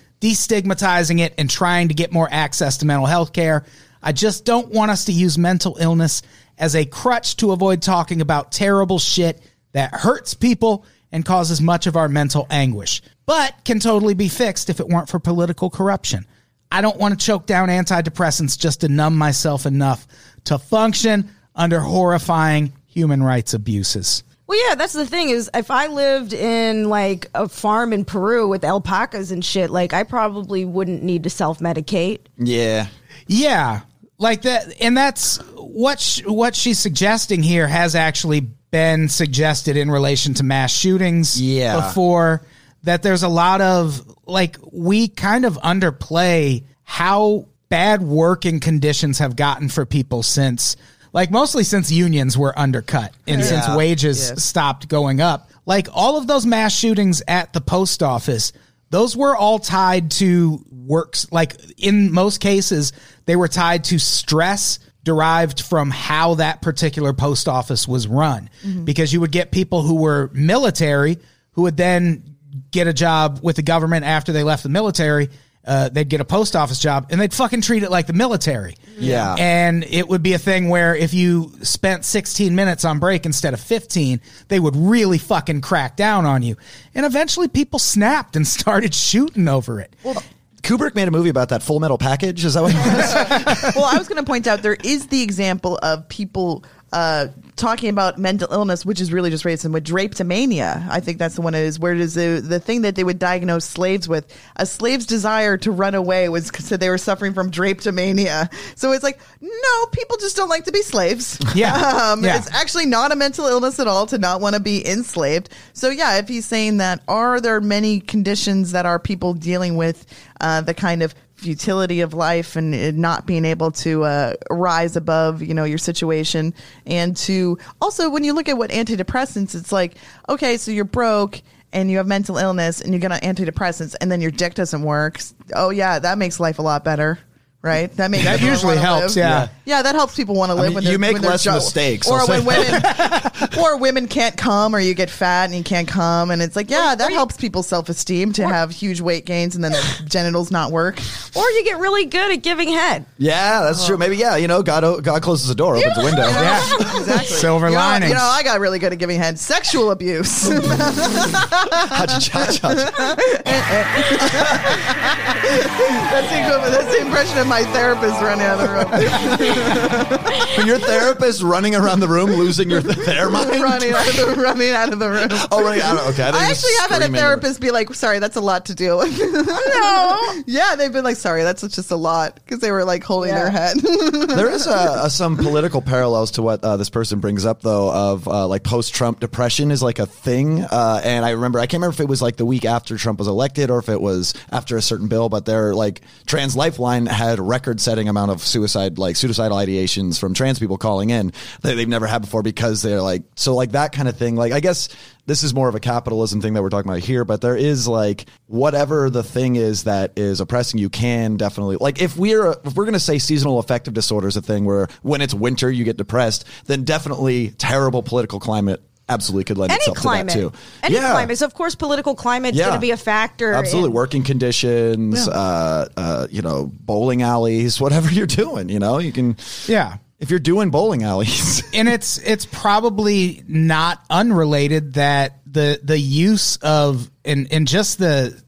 destigmatizing it, and trying to get more access to mental health care. I just don't want us to use mental illness as a crutch to avoid talking about terrible shit that hurts people and causes much of our mental anguish, but can totally be fixed if it weren't for political corruption. I don't want to choke down antidepressants just to numb myself enough to function under horrifying human rights abuses.
Well, yeah, that's the thing is if I lived in like a farm in Peru with alpacas and shit, like I probably wouldn't need to self medicate.
Yeah.
Yeah, like that, and that's what sh- what she's suggesting here has actually been suggested in relation to mass shootings.
Yeah.
before that, there's a lot of like we kind of underplay how bad working conditions have gotten for people since, like mostly since unions were undercut and since
Yeah.
wages stopped going up. Like all of those mass shootings at the post office, those were all tied to works. Like in most cases, they were tied to stress derived from how that particular post office was run because you would get people who were military who would then get a job with the government after they left the military. Uh, they'd get a post office job and they'd fucking treat it like the military.
Yeah.
And it would be a thing where if you spent 16 minutes on break instead of 15, they would really fucking crack down on you. And eventually people snapped and started shooting over it.
Kubrick made a movie about that Full Metal Package. Is that what it was?
well, I was going to point out there is the example of people uh, talking about mental illness, which is really just racism, with drapetomania. I think that's the one it is, where it is the, the thing that they would diagnose slaves with. A slave's desire to run away was said they were suffering from drapetomania. So it's like, no, people just don't like to be slaves.
Yeah.
Um,
Yeah.
It's actually not a mental illness at all to not want to be enslaved. So yeah, if he's saying that, are there many conditions that are people dealing with uh, the kind of futility of life and it not being able to uh, rise above, you know, your situation, and to also when you look at what antidepressants, it's like okay, so you're broke. And you have mental illness, and you get on antidepressants, and then your dick doesn't work. Oh yeah, that makes life a lot better. right? That makes
That
everyone
usually
wanna
helps,
live.
yeah.
Yeah, that helps people want to live.
mean,
when they're-
you make
when they're
less
jo-
mistakes,
or
I'll
when
say.
women, or women can't come, or you get fat and you can't come, and it's like, yeah, that helps people's self esteem to have huge weight gains and then their genitals not work.
Or you get really good at giving head.
Yeah, that's true. Maybe yeah, you know, God o- God closes the door, opens the window.
Yeah.
Exactly.
Silver
you know,
linings.
You know, I got really good at giving head. Sexual abuse.
Cha-cha-cha-cha.
that's, the equivalent, that's the impression of my therapist running out of the room.
When your therapist runing around the room losing your their mind.
running out of the running out of the room.
Oh, running out. Okay, I, thought you
I
were
actually have had a
screaming.
therapist be like, "Sorry, that's a lot to deal with." no. Yeah, they've been like, "Sorry, that's just a lot," because they were like holding their head.
There is uh, some political parallels to what uh, this person brings up, though, of uh, like post-Trump depression is like a thing. Uh, and I remember, I can't remember if it was like the week after Trump was elected or if it was after a certain bill, but their like Trans Lifeline had record-setting amount of suicide, like suicidal ideations from trans people calling in that they've never had before because they're like so like that kind of thing. Like I guess this is more of a capitalism thing that we're talking about here, but there is like whatever the thing is that is oppressing you can definitely like if we're if we're gonna say seasonal affective disorder is a thing where when it's winter you get depressed, then definitely terrible political climate absolutely could lend
Any
itself
climate.
to that too.
Any
yeah.
climate. So, of course, political climate's
Yeah.
going to be a factor.
Absolutely,
in-
working conditions, uh, uh, you know, bowling alleys, whatever you're doing, you know, you can.
Yeah.
If you're doing bowling alleys,
and it's it's probably not unrelated that the the use of and and just the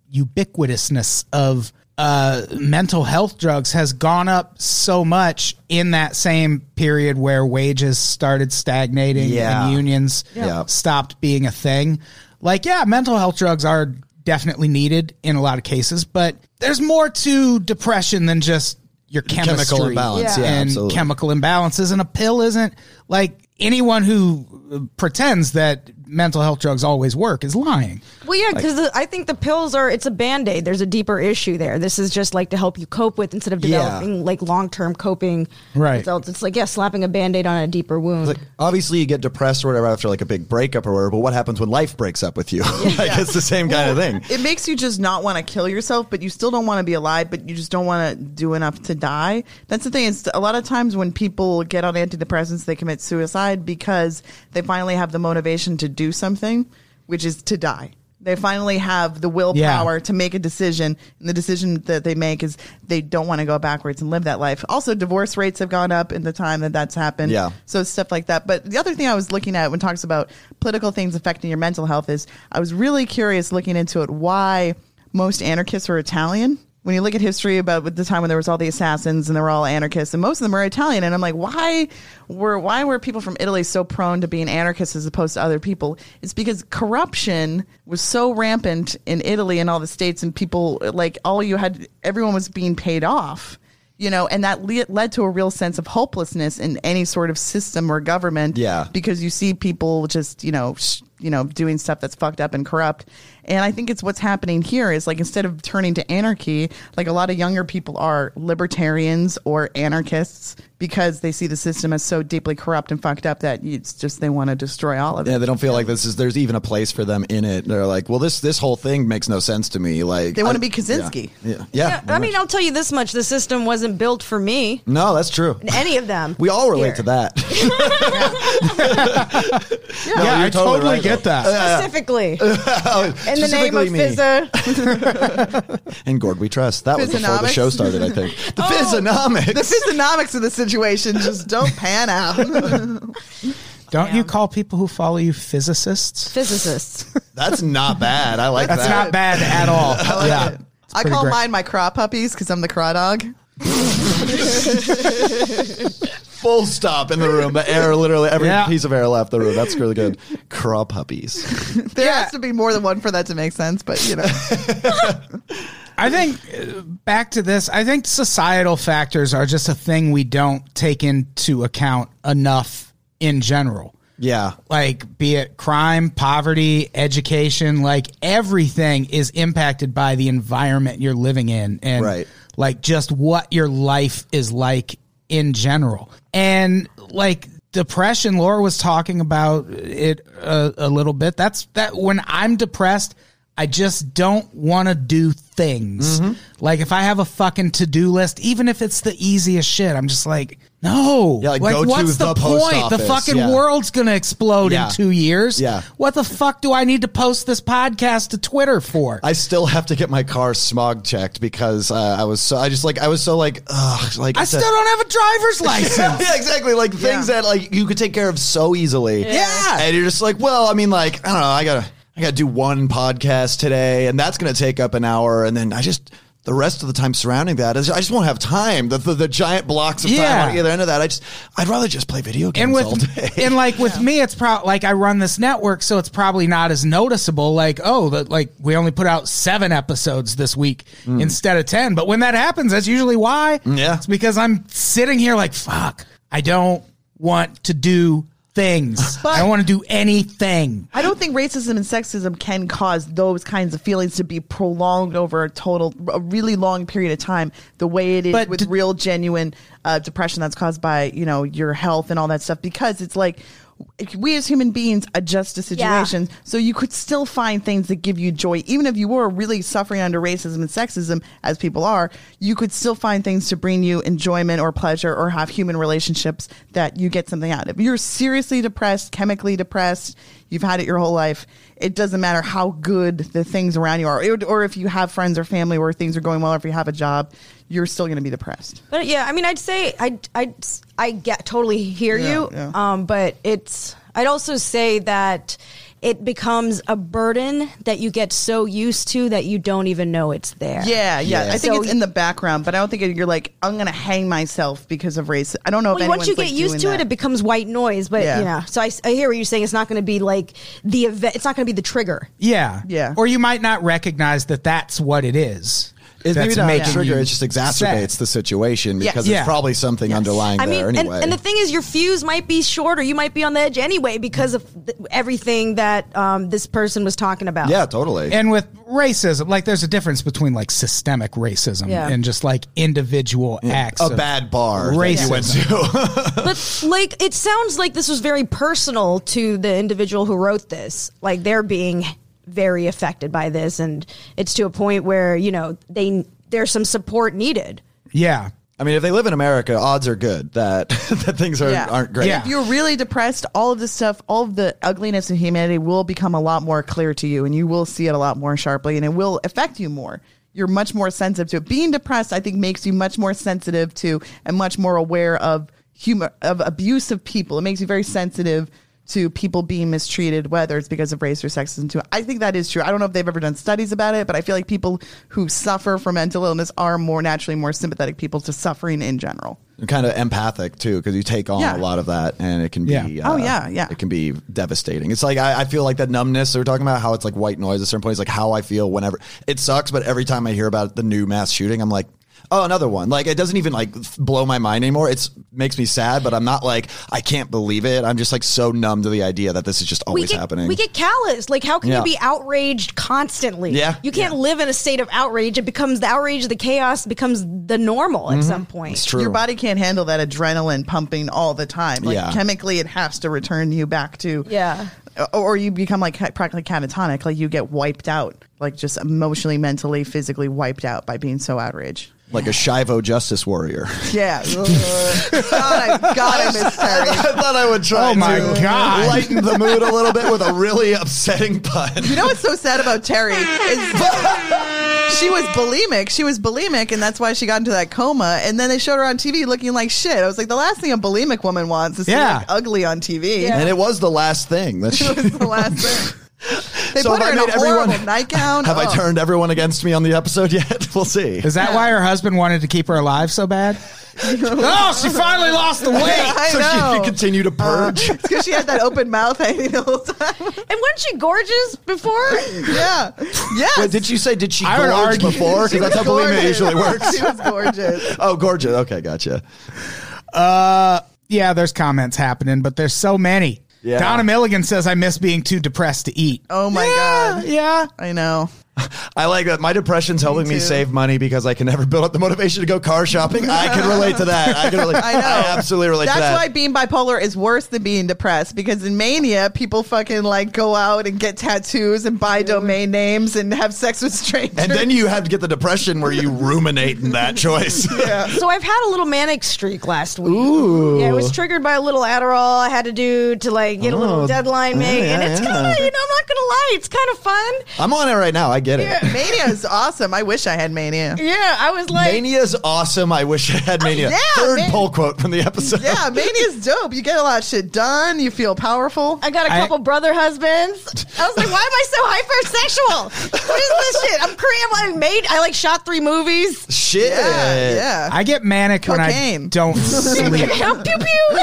ubiquitousness of uh, mental health drugs has gone up so much in that same period where wages started stagnating
Yeah.
and unions
Yeah.
stopped being a thing. Like, yeah, mental health drugs are definitely needed in a lot of cases, but there's more to depression than just your
Chemical
chemistry
imbalance. Yeah. Yeah,
and
absolutely.
chemical chemical imbalances and a pill isn't like anyone who uh, pretends that mental health drugs always work is lying
Well, yeah, because I think the pills are, it's a band aid. There's a deeper issue there. This is just like to help you cope with instead of
Yeah.
developing like long term coping
Right.
results. It's like, yeah, slapping a band aid on a deeper wound.
Like, obviously you get depressed or whatever after like a big breakup or whatever, but what happens when life breaks up with you? like it's the same kind of thing.
It makes you just not want to kill yourself, but you still don't want to be alive, but you just don't want to do enough to die. That's the thing. Is a lot of times when people get on antidepressants, they commit suicide because they finally have the motivation to do something, which is to die. They finally have the willpower to make a decision, and the decision that they make is they don't want to go backwards and live that life. Also, divorce rates have gone up in the time that that's happened.
Yeah.
So stuff like that. But the other thing I was looking at when it talks about political things affecting your mental health is I was really curious looking into it why most anarchists are Italian. When you look at history about with the time when there was all the assassins and they were all anarchists and most of them are Italian and I'm like why were why were people from Italy so prone to being anarchists as opposed to other people? It's because corruption was so rampant in Italy and all the states and people like all you had everyone was being paid off you know, and that le- led to a real sense of hopelessness in any sort of system or government.
Yeah.
because you see people just you know sh- you know doing stuff that's fucked up and corrupt, and I think it's what's happening here is like instead of turning to anarchy, like a lot of younger people are libertarians or anarchists because they see the system as so deeply corrupt and fucked up that it's just they want to destroy all of it.
Yeah, they don't feel like this is there's even a place for them in it. They're like, well, this this whole thing makes no sense to me. Like
They wanna
I-
be Kaczynski.
Yeah, yeah. yeah,
I mean, I'll tell you this much the system wasn't built for me,
no, that's true.
any of them.
We all relate
Here.
to that.
yeah, i totally,
right,
get
though. Uh,
that
Specifically, in the name
Specifically
of
me.
FISA.
And Gord, we trust. That was before the
Physiognomics.
show started, I think. The physiognomics.
The physiognomics of the situation just don't pan out.
don't you call people who follow you physicists
physicists.
that's not bad. I like
that's
that.
not bad at all yeah It's
I
pretty
call
great.
mine my craw puppies because I'm the craw dog.
Full stop in the room. The air, literally every
Yeah.
piece of air left the room. That's really good. Craw puppies.
There has to be more than one for that to make sense, but you know.
I think uh, back to this, I think societal factors are just a thing we don't take into account enough in general.
Yeah.
Like, be it crime, poverty, education, like everything is impacted by the environment you're living in and
Right.
like just what your life is like in general. And like depression, Laura was talking about it a, a little bit. That's that when I'm depressed, I just don't want to do things.
Mm-hmm.
Like if I have a fucking to do list, even if it's the easiest shit, I'm just like, no.
Yeah, like, go to
what's the,
the
point?
post
the
office.
fucking
Yeah.
world's gonna explode
Yeah.
in two years.
Yeah.
What the fuck do I need to post this podcast to Twitter for?
I still have to get my car smog checked because uh, I was so I just like I was so like ugh like
I still don't have a driver's license.
yeah, exactly. Like things that like you could take care of so easily.
Yeah.
And you're just like, well, I mean, like, I don't know, I gotta I gotta do one podcast today, and that's gonna take up an hour, and then I just the rest of the time surrounding that is I just won't have time. The the, the giant blocks of
Yeah.
time on either end of that. I just I'd rather just play video games
and
all day.
with and like with me it's probably like i run this network so it's probably not as noticeable like oh that like we only put out seven episodes this week instead of ten but when that happens that's usually why
Hmm. Yeah.
it's because i'm sitting here like fuck i don't want to do things i don't want to do anything
I don't think racism and sexism can cause those kinds of feelings to be prolonged over a total, a really long period of time, the way it is
But
with
d-
real, genuine uh, depression that's caused by, you know, your health and all that stuff. Because it's like we as human beings adjust to
Yeah.
situations. So you could still find things that give you joy. Even if you were really suffering under racism and sexism, as people are, you could still find things to bring you enjoyment or pleasure or have human relationships that you get something out of. You're seriously depressed, chemically depressed, you've had it your whole life. It doesn't matter how good the things around you are, or, or if you have friends or family where things are going well, or if you have a job, you're still going to be depressed.
But yeah, I mean, I'd say I I I get totally hear
Yeah,
you.
yeah.
Um, but it's I'd also say that it becomes a burden that you get so used to that you don't even know it's there.
Yeah, yeah. I think
So-
it's in the background, but I don't think you're like, I'm going to hang myself because of race. I don't know
Well,
if
once you get
anyone's, like,
used to
doing
it,
that.
it becomes white noise. But
Yeah.
you know, so I, I hear what you're saying. It's not going to be like the event. It's not going to be the trigger.
yeah
Yeah.
or you might not recognize that that's what it is
It's maybe
That's
not a
making
trigger.
you
It just exacerbates
sad.
the situation
Yes.
because
Yeah.
there's probably something underlying
I mean,
there anyway.
and, and the thing is, your fuse might be short, or you might be on the edge anyway because of th- everything that um, this person was talking about.
yeah, totally.
and with racism like there's a difference between like systemic racism
Yeah.
and just like individual acts
a
of
bad bar that you went
racism.
to.
But like, it sounds like this was very personal to the individual who wrote this. Like they're being very affected by this, and it's to a point where you know they there's some support needed.
yeah
I mean, if they live in America, odds are good that that things are,
Yeah.
aren't great.
Yeah.
if you're really depressed, all of this stuff, all of the ugliness of humanity will become a lot more clear to you and you will see it a lot more sharply and it will affect you more. You're much more sensitive to it. Being depressed, I think, makes you much more sensitive to and much more aware of humor of abuse of people. It makes you very sensitive to people being mistreated, whether it's because of race or sexism too. I think that is true. I don't know if they've ever done studies about it, but I feel like people who suffer from mental illness are more naturally more sympathetic people to suffering in general.
You're kind of empathic too, because you take on
Yeah.
a lot of that, and it can be. uh,
Yeah.
Oh, yeah, yeah.
It can be devastating. It's like I, I feel like that numbness they were talking about, how it's like white noise at certain points, like how I feel whenever it sucks. But every time I hear about the new mass shooting, I'm like. Oh, another one! Like it doesn't even like f- blow my mind anymore. It's makes me sad, but I'm not like I can't believe it. I'm just like so numb to the idea that this is just always
we get,
happening.
We get callous. Like, how can
Yeah.
you be outraged constantly?
Yeah.
You can't
Yeah.
live in a state of outrage. It becomes the outrage, the chaos becomes the normal
Mm-hmm.
at some point.
it's true.
Your body can't handle that adrenaline pumping all the time. Like
Yeah.
chemically, it has to return you back to
Yeah.
or, or you become like ca- practically catatonic. Like you get wiped out, like just emotionally, mentally, physically wiped out by being so outraged.
like a Shivo justice warrior.
Yeah. God, I, God, I miss Terry.
I thought I would try
Oh my
to
God.
lighten the mood a little bit with a really upsetting pun.
You know what's so sad about Terry is she was bulimic. She was bulimic, and that's why she got into that coma. And then they showed her on TV looking like shit. I was like, the last thing a bulimic woman wants is
Yeah.
to look ugly on TV.
And it was the last thing that she.
It was the last thing. They
So
put
have I
her in a
made
horrible
everyone-
nightgown.
Have
Oh.
I turned everyone against me on the episode yet? We'll see.
Is that why her husband wanted to keep her alive so bad? oh, she finally lost the weight.
I
so she
know. Uh,
can continue to purge.
because she had that open mouth hanging the whole time.
And wasn't she gorgeous before?
yeah, yes.
Wait, did you say did she
I would
gorge
argue-
before?
She
Because that's
was
how bulimia
gorgeous.
usually works.
She was gorgeous.
Oh, gorgeous. Okay, gotcha.
Uh, yeah, there's comments happening, but there's so many.
Yeah.
Donna Milligan says I miss being too depressed to eat.
Oh my
Yeah,
God.
Yeah.
I know.
I like that. My depression's helping me
too.
save money because I can never build up the motivation to go car shopping. I can relate to that. I can relate.
I know.
I absolutely relate
That's
to that.
why being bipolar is worse than being depressed because in mania, people fucking like go out and get tattoos and buy domain names and have sex with strangers.
and then you have to get the depression where you ruminate in that choice.
So I've had a little manic streak last week. Yeah, it was triggered by a little Adderall I had to do to like get a
Oh,
little deadline
yeah,
made, and it's
yeah.
kind of you know I'm not gonna lie, it's kind of fun.
I'm on it right now. I get it.
mania is awesome. I wish I had mania.
Yeah, I was like,
Mania's awesome. I wish I had mania.
yeah,
Third
man.
poll quote from the episode.
Yeah, mania's dope. You get a lot of shit done. You feel powerful.
I got a
I-
couple brother husbands. I was like, why am I so hypersexual? What is this shit? I'm Korean. I made. I like shot three movies.
Shit.
yeah, yeah.
I get manic when I
Cocaine.
don't sleep.
pew pew.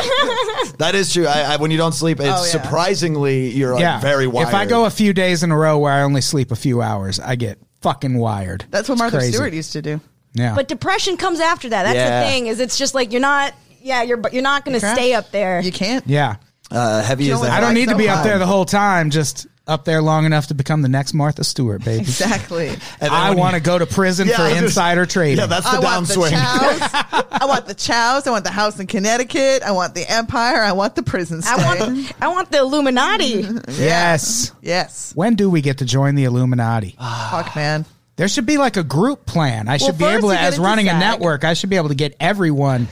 That is true. I, I when you don't sleep, it's
Oh, yeah.
surprisingly you're like,
yeah,
very wired.
If I go a few days in a row where I only sleep a few hours, I get fucking wired.
That's what
It's
Martha
crazy.
Stewart used to do.
Yeah,
But depression comes after that. That's
Yeah.
the thing. Is it's just like you're not. Yeah, you're but you're not going to
Correct.
stay up there.
You can't.
yeah.
uh, heavy as
Killing
that.
I don't
like
need to
so
be up
high.
there the whole time. Just up there long enough to become the next Martha Stewart, baby.
Exactly.
And then
I
when
want to
you-
go to prison
Yeah,
for
I was-
insider trading.
Yeah, that's the
I want the
downswing.
chows. I want the chows. I want the house in Connecticut. I want the empire. I want the prison stay.
I want I want the Illuminati.
yes.
yes.
When do we get to join the Illuminati?
Ah.
Fuck, man.
There should be like a group plan. I should be
first
able
you
to,
get
as
into
running a
SAG.
network, I should be able to get everyone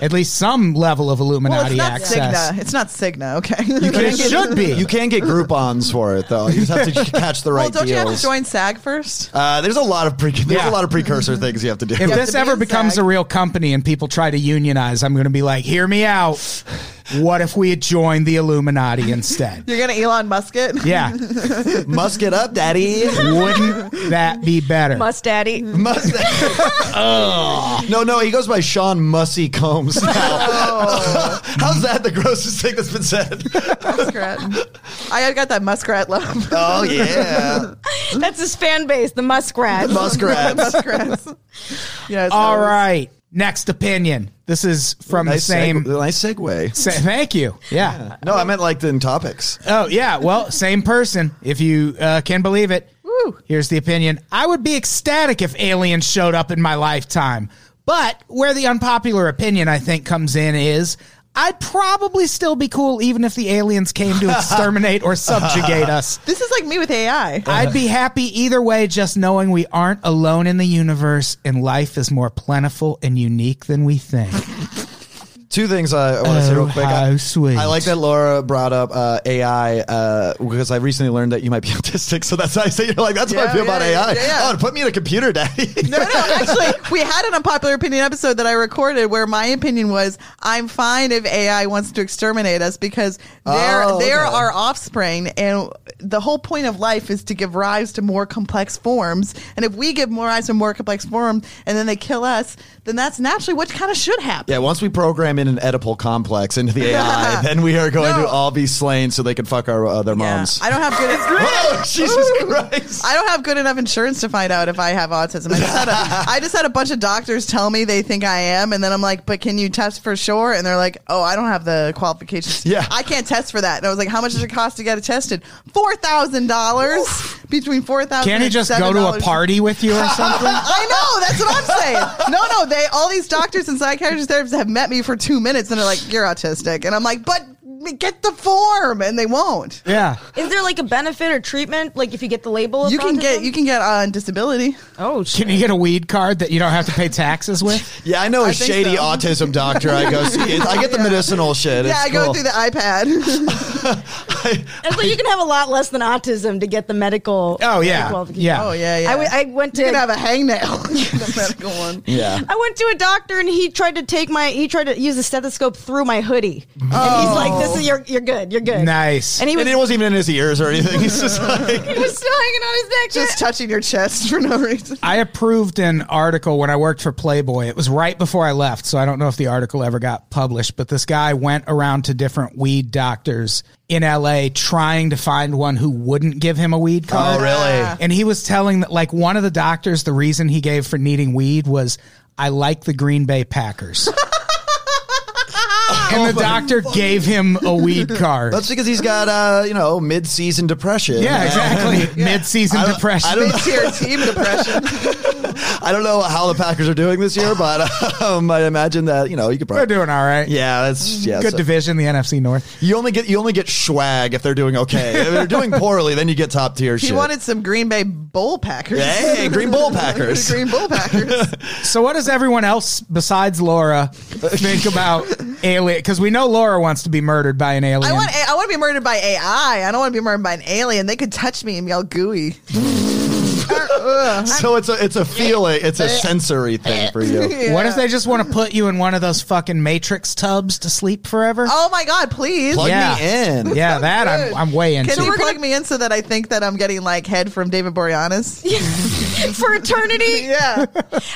at least some level of
Well, it's
Illuminati
not
access.
Cigna. It's not Cigna, okay? You
But it should be.
You can get Groupon's for it though. You just have to catch the right
well, don't
deals.
you have to join SAG first?
uh, there's a lot of pre- there's
Yeah.
a lot of precursor things you have to do.
if
have
this
to be
ever
in
becomes
SAG.
a real company and people try to unionize, I'm going to be like, hear me out. What if we had joined the Illuminati instead?
You're gonna Elon Musk it.
Yeah.
Musk it up, daddy.
Wouldn't that be better?
Must daddy.
Musk.
Oh.
No, no, he goes by Sean Mussy Combs now.
Oh.
How's that the grossest thing that's been said?
Muskrat. I got that muskrat love.
Oh yeah,
That's his fan base, the muskrat.
muskrats.
Muskrats. Yes.
All
those.
right. Next opinion. This is from the
Nice
same.
Seg- nice segue.
sa- thank you. Yeah.
No, I meant like in topics.
Oh, yeah. Well, same person, if you uh, can believe it.
Woo.
Here's the opinion I would be ecstatic if aliens showed up in my lifetime. But where the unpopular opinion I think comes in is I'd probably still be cool even if the aliens came to exterminate or subjugate us.
This is like me with AI.
I'd be happy either way, just knowing we aren't alone in the universe and life is more plentiful and unique than we think.
Two things I want to say
Oh,
real quick.
how
I,
sweet.
I like that Laura brought up uh, AI uh, because I recently learned that you might be autistic, so that's why I say you're like that's what I
Yeah,
feel
yeah,
about AI.
yeah, yeah.
Oh, put me in a computer, daddy.
No, no, actually, we had an unpopular opinion episode that I recorded where my opinion was I'm fine if AI wants to exterminate us because they're,
Oh,
they're
okay.
our offspring. And the whole point of life is to give rise to more complex forms. And if we give more rise to more complex forms and then they kill us, then that's naturally what kind of should happen.
Yeah, once we program in an Oedipal complex into the AI, then we are going
No.
to all be slain so they can fuck our other moms.
I don't have good.
Oh, Jesus Christ.
I don't have good enough insurance to find out if I have autism. I just, had a, I just had a bunch of doctors tell me they think I am, and then I'm like, "But can you test for sure?" And they're like, "Oh, I don't have the qualifications.
Yeah.
I can't test for that." And I was like, "How much does it cost to get it tested? Four thousand dollars between four thousand.
Can't he just go to a party with you or something?
I know that's what I'm saying. No, no, they all these doctors and psychiatrists therapists have met me for two minutes, and they're like, "You're autistic," and I'm like, "But get the form," and they won't.
Yeah.
Is there like a benefit or treatment? Like if you get the label, of
You can get
autism?
you can get on disability.
Oh,
Can you get a weed card that you don't have to pay taxes with?
Yeah, I know a
I think
shady
so.
autism doctor. I go see. I get the medicinal shit.
Yeah,
It's
I go
cool.
through the iPad.
It's like you can have a lot less than autism to get the medical.
Oh, yeah.
medical qualification.
Yeah.
Oh yeah, yeah.
I, w- I went to
you can have a hangnail. the medical one.
Yeah.
I went to a doctor and he tried to take my he tried to use a stethoscope through my hoodie. And he's like, "This is you're you're good, you're good."
Nice.
And he was,
And it wasn't even in his ears or anything. He's just like,
he was still hanging on his neck.
Just touching your chest for no reason.
I approved an article when I worked for Playboy. It was right before I left, so I don't know if the article ever got published, but this guy went around to different weed doctors in LA trying to find one who wouldn't give him a weed card.
Oh,
Ah.
really?
And he was telling that like one of the doctors the reason he gave for needing weed was I like the Green Bay Packers. and the doctor gave him a weed card.
Oh That's because he's got uh, you know mid-season depression.
yeah, exactly. Mid-season depression.
I don't know.
Tier team depression.
I don't know how the Packers are doing this year, but um, I imagine that you know you could
We're
probably.
doing all right.
Yeah, that's yeah.
Good
so-
division, the NFC North.
You only get you only get swag if they're doing okay. if they're doing poorly, then you get top tier
He
shit.
wanted some Green Bay Bull Packers.
Hey, Green Bull Packers.
Green Bull Packers.
So, what does everyone else besides Laura think about alien? Because we know Laura wants to be murdered by an alien.
I want. A- I want to be murdered by AI. I don't want to be murdered by an alien. They could touch me and yell gooey.
so it's a it's a feeling, it's a sensory thing for you.
What if they just want to put you in one of those fucking matrix tubs to sleep forever?
Oh my god! Please.
Plug
Yeah.
me in.
yeah, that I'm, I'm way into.
Can you plug me in so that I think that I'm getting like head from David Boreanaz?
for eternity.
Yeah.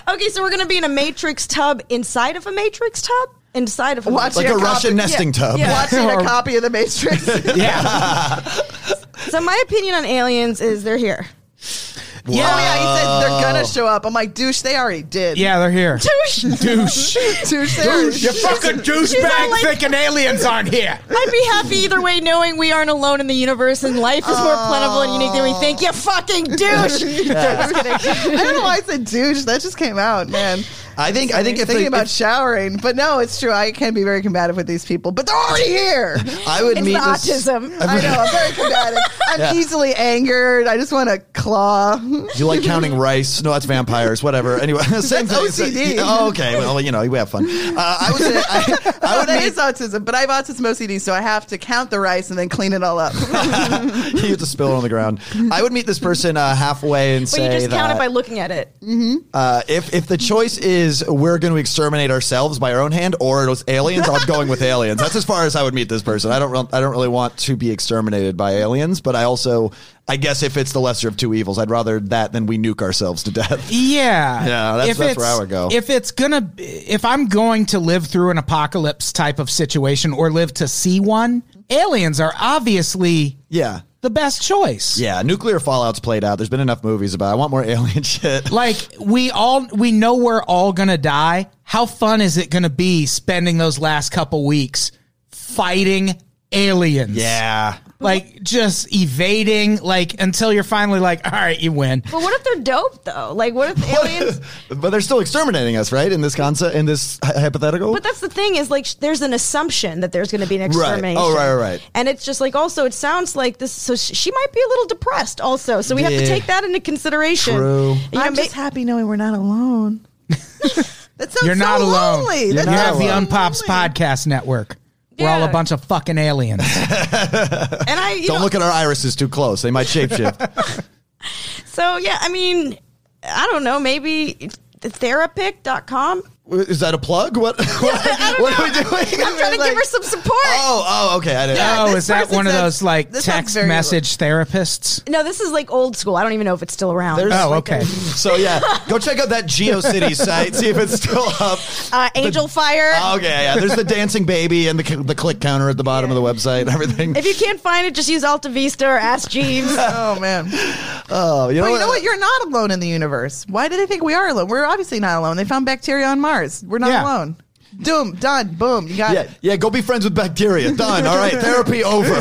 Okay, so we're gonna be in a matrix tub inside of a matrix tub inside of a
Watch
Like
Yeah,
a Russian
copy.
nesting tub.
Yeah.
Watching
Or-
a copy of The Matrix. Oh,
yeah,
So my opinion on aliens is they're here.
Oh yeah, he said
Wow.
they're gonna show up. I'm like, douche, they already did.
yeah, they're here.
douche, douche, they already
You fucking douchebag
all like-
thinking aliens aren't here.
I'd be happy either way, knowing we aren't alone in the universe and life is more plentiful and unique than we think. You fucking douche.
I don't know why I said douche. That just came out, man.
I think I think if
thinking
they,
about
if
showering, but no, it's true. I can be very combative with these people, but they're already here.
I would
It's
meet
the
this-
autism.
I know. I'm very combative. I'm easily angered. I just want to claw.
You like counting rice? No, that's vampires. Whatever. Anyway, same thing.
That's OCD.
Oh, okay. Well, you know, we have fun. Uh, I would say I, I
Oh,
would
that
meet
is autism, but I have autism OCD, so I have to count the rice and then clean it all up.
you have to spill it on the ground. I would meet this person uh, halfway and
But
say
you just
that
count it by looking at it.
uh, if if the choice is we're going to exterminate ourselves by our own hand or it was aliens, I'm going with aliens. That's as far as I would meet this person. I don't re- I don't really want to be exterminated by aliens, but I also I guess if it's the lesser of two evils, I'd rather that than we nuke ourselves to
E-
death.
Yeah,
Yeah, that's- that's
it's-
where I would go.
If it's gonna, if I'm going to live through an apocalypse type of situation or live to see one, aliens are obviously
Yeah.
the best choice.
Yeah, nuclear fallout's played out. There's been enough movies about. It. I want more alien shit.
Like we all we know we're all gonna die. How fun is it gonna be spending those last couple weeks fighting aliens?
Yeah.
Like just evading, like until you're finally like, all right, you win.
But what if they're dope though? Like what if aliens
But they're still exterminating us, right? In this concept, in this hy- hypothetical.
But that's the thing is like sh- there's an assumption that there's going to be an
Right. Oh,
extermination.
right, right, right.
And it's just like also it sounds like this. So sh- she might be a little depressed also. So we have to
Yeah.
take that into consideration.
True.
You know,
I'm
ma-
just happy knowing we're not alone. that sounds
You're
so
not alone.
lonely.
You
That sounds
have the
so
Unpops
lonely.
podcast network. We're all
Yeah.
a bunch of fucking aliens.
and I you
Don't
know,
look at our irises too close. They might shapeshift.
So yeah, I mean, I don't know. Maybe therapic.com.
Is that a plug? What? what what are we doing?
I'm trying to give her some support.
Oh, oh, okay. I didn't.
oh,
this
is that
person
one of
said-
those like
this sounds
text
very low.
message therapists?
No, this is like old school. I don't even know if it's still around.
There's-
Oh,
like
okay.
So yeah, go check out that GeoCity site. See if it's still up.
uh, Angel Fire.
Oh, Okay, yeah. There's the dancing baby and the c- the click counter at the bottom of the website. and Everything.
if you can't find it, just use Alta Vista or Ask Jeeves.
Oh man!
Oh, you know,
But you know
what?
what? You're not alone in the universe. Why do they think we are alone? We're obviously not alone. They found bacteria on Mars. We're not
Yeah.
alone. Doom, done, boom. You got
Yeah,
it.
yeah. Go be friends with bacteria. Done. All right. Therapy over.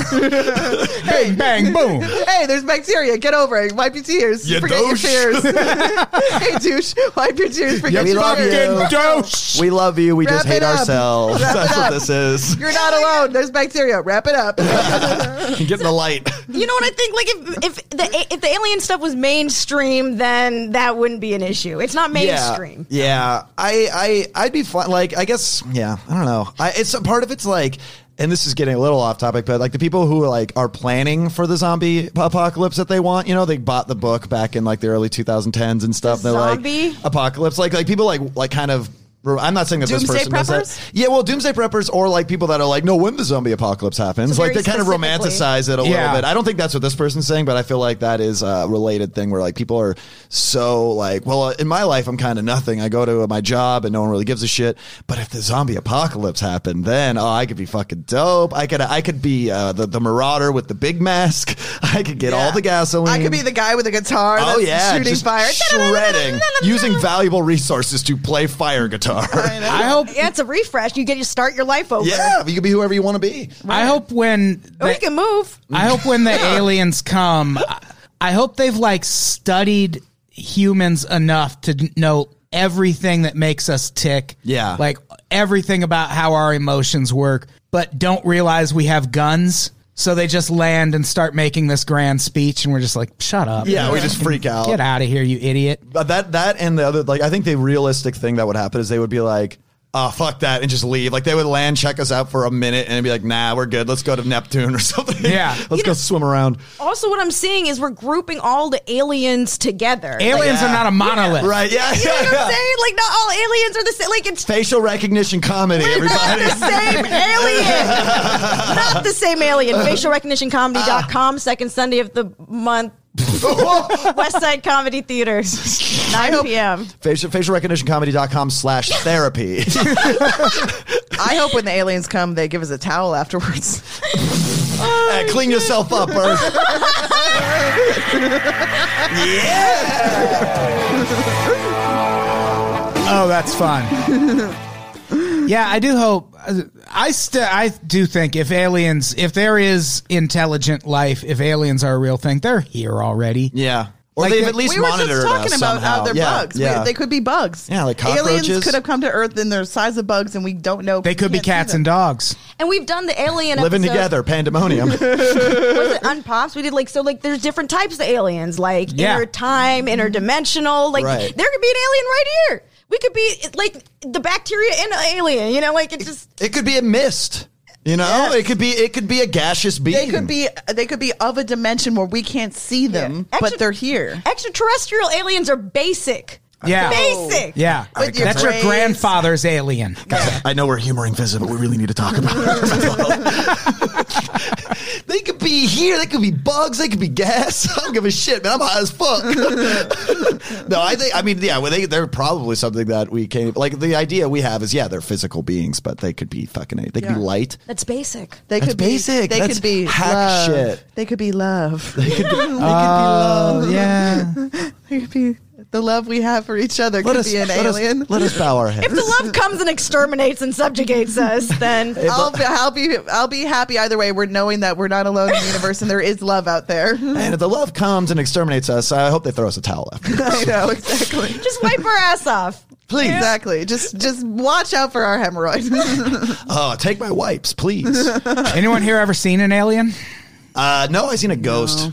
Bang, bang, boom.
Hey, there's bacteria. Get over it. Wipe your tears.
You
Forget
douche.
your tears. hey, douche. Wipe your tears. Forget
we
your
love
tears.
you.
Douche.
We love you. We just
Wrap
hate
it up.
ourselves.
Wrap it
That's what
up.
this is.
You're not alone. There's bacteria. Wrap it up.
Get in the light.
you know what I think? Like if if the if the alien stuff was mainstream, then that wouldn't be an issue. It's not mainstream.
Yeah, yeah. I, I, I'd be fine. Like, I guess, yeah. I don't know. I, it's a part of it's like, and this is getting a little off topic, but like the people who like are planning for the zombie p- apocalypse that they want, you know, they bought the book back in like the early 2010s and stuff.
The
and they're
zombie?
like apocalypse, like like people like like kind of. I'm not saying that
Doomsday
this person does
preppers?
that. Yeah, well, doomsday preppers or like people that are like, no, when the zombie apocalypse happens,
So
like they
very
kind of
specifically.
romanticize it a
Yeah.
little bit. I don't think that's what this person's saying, but I feel like that is a related thing where like people are so like, well, uh, in my life I'm kind of nothing. I go to my job and no one really gives a shit. But if the zombie apocalypse happened, then oh, I could be fucking dope. I could I could be uh, the the marauder with the big mask. I could get all the gasoline.
I could be the guy with the guitar.
Oh
that's
yeah,
shooting
just
fire.
shredding, using valuable resources to play fire avatar.
I hope.
Yeah, it's a refresh. You get to start your life over.
yeah, you can be whoever you want to be.
I hope when.
Or you
the-
can move.
I hope when the aliens come, I- I hope they've like studied humans enough to d- know everything that makes us tick.
Yeah.
Like everything about how our emotions work, but don't realize we have guns. So they just land and start making this grand speech, and we're just like, shut up.
Yeah, we just freak out.
Get out of here, you idiot.
But Uh, that that and the other like I think the realistic thing that would happen is they would be like, oh fuck that and just leave. Like they would land check us out for a minute and be like, nah, we're good. Let's go to Neptune or something.
Yeah.
let's go swim around.
Also, what I'm seeing is we're grouping all the aliens together.
Aliens
Yeah.
are not a monolith.
Right? Yeah.
You know
yeah,
what
yeah.
I'm saying? Like, not all aliens are the same. Like, it's
Facial recognition comedy, everybody.
the same alien. not the same alien. FacialRecognitionComedy.com, second Sunday of the month. West Side Comedy Theater, 9 p.m.
facial, facialrecognitioncomedy.com slash therapy.
I hope when the aliens come, they give us a towel afterwards.
Uh, clean yourself up, or
Oh, that's fun. yeah, I do hope. I still, I do think if aliens, if there is intelligent life, if aliens are a real thing, they're here already.
yeah, or
Like
they've
the-
at least
we were just
monitored
talking
us
about
somehow.
how they're
yeah,
bugs. We-
Yeah.
they could be bugs.
Yeah, like cockroaches.
Aliens could have come to Earth in their size of bugs, and we don't know.
They could be cats and dogs.
And we've done the alien
living
episode.
together, pandemonium.
was it Unpops? We did like so like there's different types of aliens, like
Yeah.
inner time, interdimensional. Like
Right.
there could be an alien right here. We could be it- like the bacteria in an alien, you know, like it's just
It could be a mist. You know, it could be it could be a gaseous being.
They could be. They could be of a dimension where we can't see them,
Yeah. Actually-
but they're here.
extraterrestrial aliens are basic.
Yeah.
Basic.
Yeah.
With your
that's your
braids.
grandfather's alien.
I know we're humoring Fizza, but we really need to talk about it. they could be here. They could be bugs. They could be gas. I don't give a shit, man. I'm high as fuck. no, I think. I mean, yeah, well, they they're probably something that we can't. Like the idea we have is, yeah, they're physical beings, but they could be fucking. They could
Yeah.
be light.
That's basic.
They
That's
could be,
basic.
They
That's
could be
hack
love.
shit.
They could be love.
They could be.
Oh, yeah.
They could be the love we have for each other.
Let
could
us,
be an
let us-
alien.
let us bow our heads.
If the love comes and exterminates and subjugates us, then
I'll be, I'll be I'll be happy either way. We're knowing that we're not alone in the universe, and there is love out there.
and if the love comes and exterminates us, I hope they throw us a towel after.
I know exactly.
just wipe our ass off.
Please.
Exactly. Just just watch out for our hemorrhoids.
Oh, take my wipes, please.
Anyone here ever seen an alien?
Uh, no, I seen a ghost.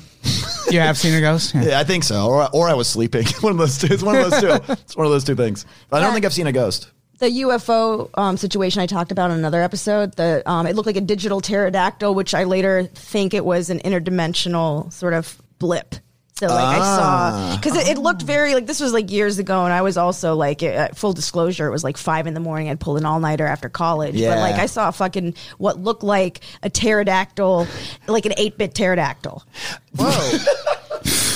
You have seen a ghost? Yeah.
Yeah, I think so. Or, or I was sleeping. one of those two. It's one of those two. It's one of those two things. But I don't
Yeah.
think I've seen a ghost.
the UFO um, situation I talked about in another episode. The um, it looked like a digital pterodactyl, which I later think it was an interdimensional sort of blip. So like I saw because it, it looked very like this was like years ago, and I was also like uh, full disclosure, it was like five in the morning. I'd pulled an all nighter after college,
Yeah.
but like I saw a fucking what looked like a pterodactyl, like an eight bit pterodactyl
Whoa!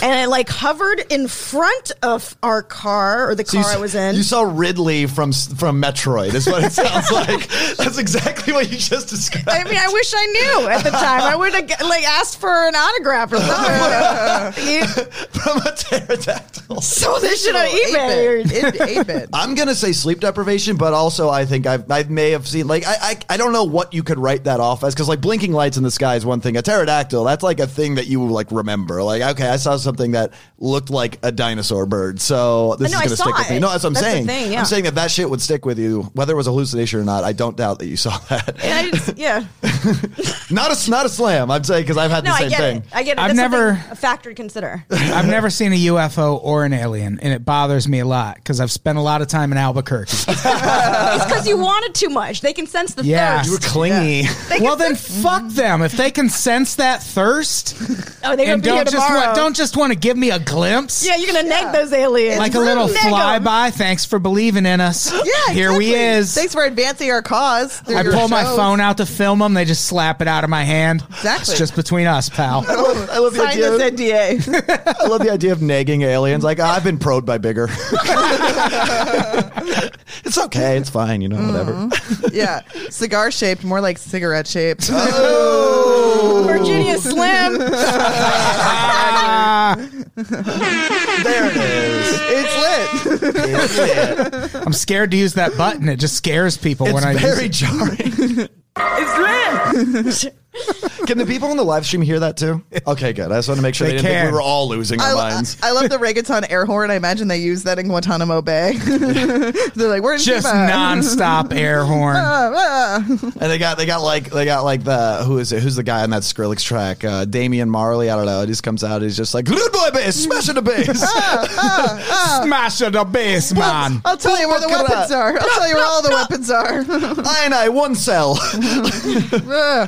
and it like hovered in front of our car or the car I was in.
You saw Ridley from from Metroid. Is what it sounds like. That's exactly what you just described.
I mean, I wish I knew at the time. I would have like asked for an autograph or something. You-
from a pterodactyl.
so they should have emailed.
Eight bit.
I'm gonna say sleep deprivation, but also I think I've I may have seen like I I, I don't know what you could write that off as because like blinking lights in the sky is one thing. A pterodactyl that's like a thing that you like remember. Like okay, I saw something that looked like a dinosaur bird, so this
I
is
know, I
gonna
saw
stick with me.
it.
No, that's what I'm
That's the
saying.
thing, yeah.
I'm saying that that shit would stick with you whether it was a hallucination or not. I don't doubt that you saw that.
And I just, yeah.
not a not a slam. I'm saying because I've had
No,
the
I
same
get
thing.
it. I get it.
I've
That's
never-
something a factor to consider.
I've never seen a UFO or an alien, and it bothers me a lot because I've spent a lot of time in Albuquerque.
it's because you want it too much. They can sense the
Yeah.
thirst.
You were clingy.
well, then fuck them. If they can sense that thirst,
Oh, they're gonna
and
be here
don't just
tomorrow.
want, don't just want to give me a glimpse.
yeah, you're gonna neg those aliens
like a little
Neg 'em.
flyby. Thanks for believing in us.
Yeah,
here we
exactly.
is.
Thanks for advancing our cause. through
I
your
pull my
shows.
phone out to film them. They just slap it out of my hand.
Exactly.
It's just between us,
I
pal.
love, I love the
Sign
idea.
this NDA.
I love the idea of nagging aliens. Like I've been probed by bigger. it's okay. It's fine. You know, whatever.
Mm-hmm. yeah, cigar shaped, more like cigarette shaped.
Oh.
Oh.
Virginia Slim.
Ah,
There it is.
It's lit.
I'm scared to use that button. It just scares people when I
It's
use
very
it.
jarring.
It's lit.
Can the people on the live stream hear that too? Okay, good. I just want to make sure
They
they, didn't think
can.
we were all losing
I,
our
I,
minds.
I love the reggaeton air horn. I imagine they use that in Guantanamo Bay. They're like, we're in
Just
Cuba.
nonstop air horn.
Ah, ah.
And they got they got like they got like the who is it? Who's the guy on that Skrillex track? Uh, Damian Marley. I don't know. He just comes out. He's just like rude boy bass, smashing the
Ah.
bass.
Smash of the bass, man.
I'll tell you where the
Fuck it
weapons
up.
are. I'll tell you where all the weapons are.
I and I one cell.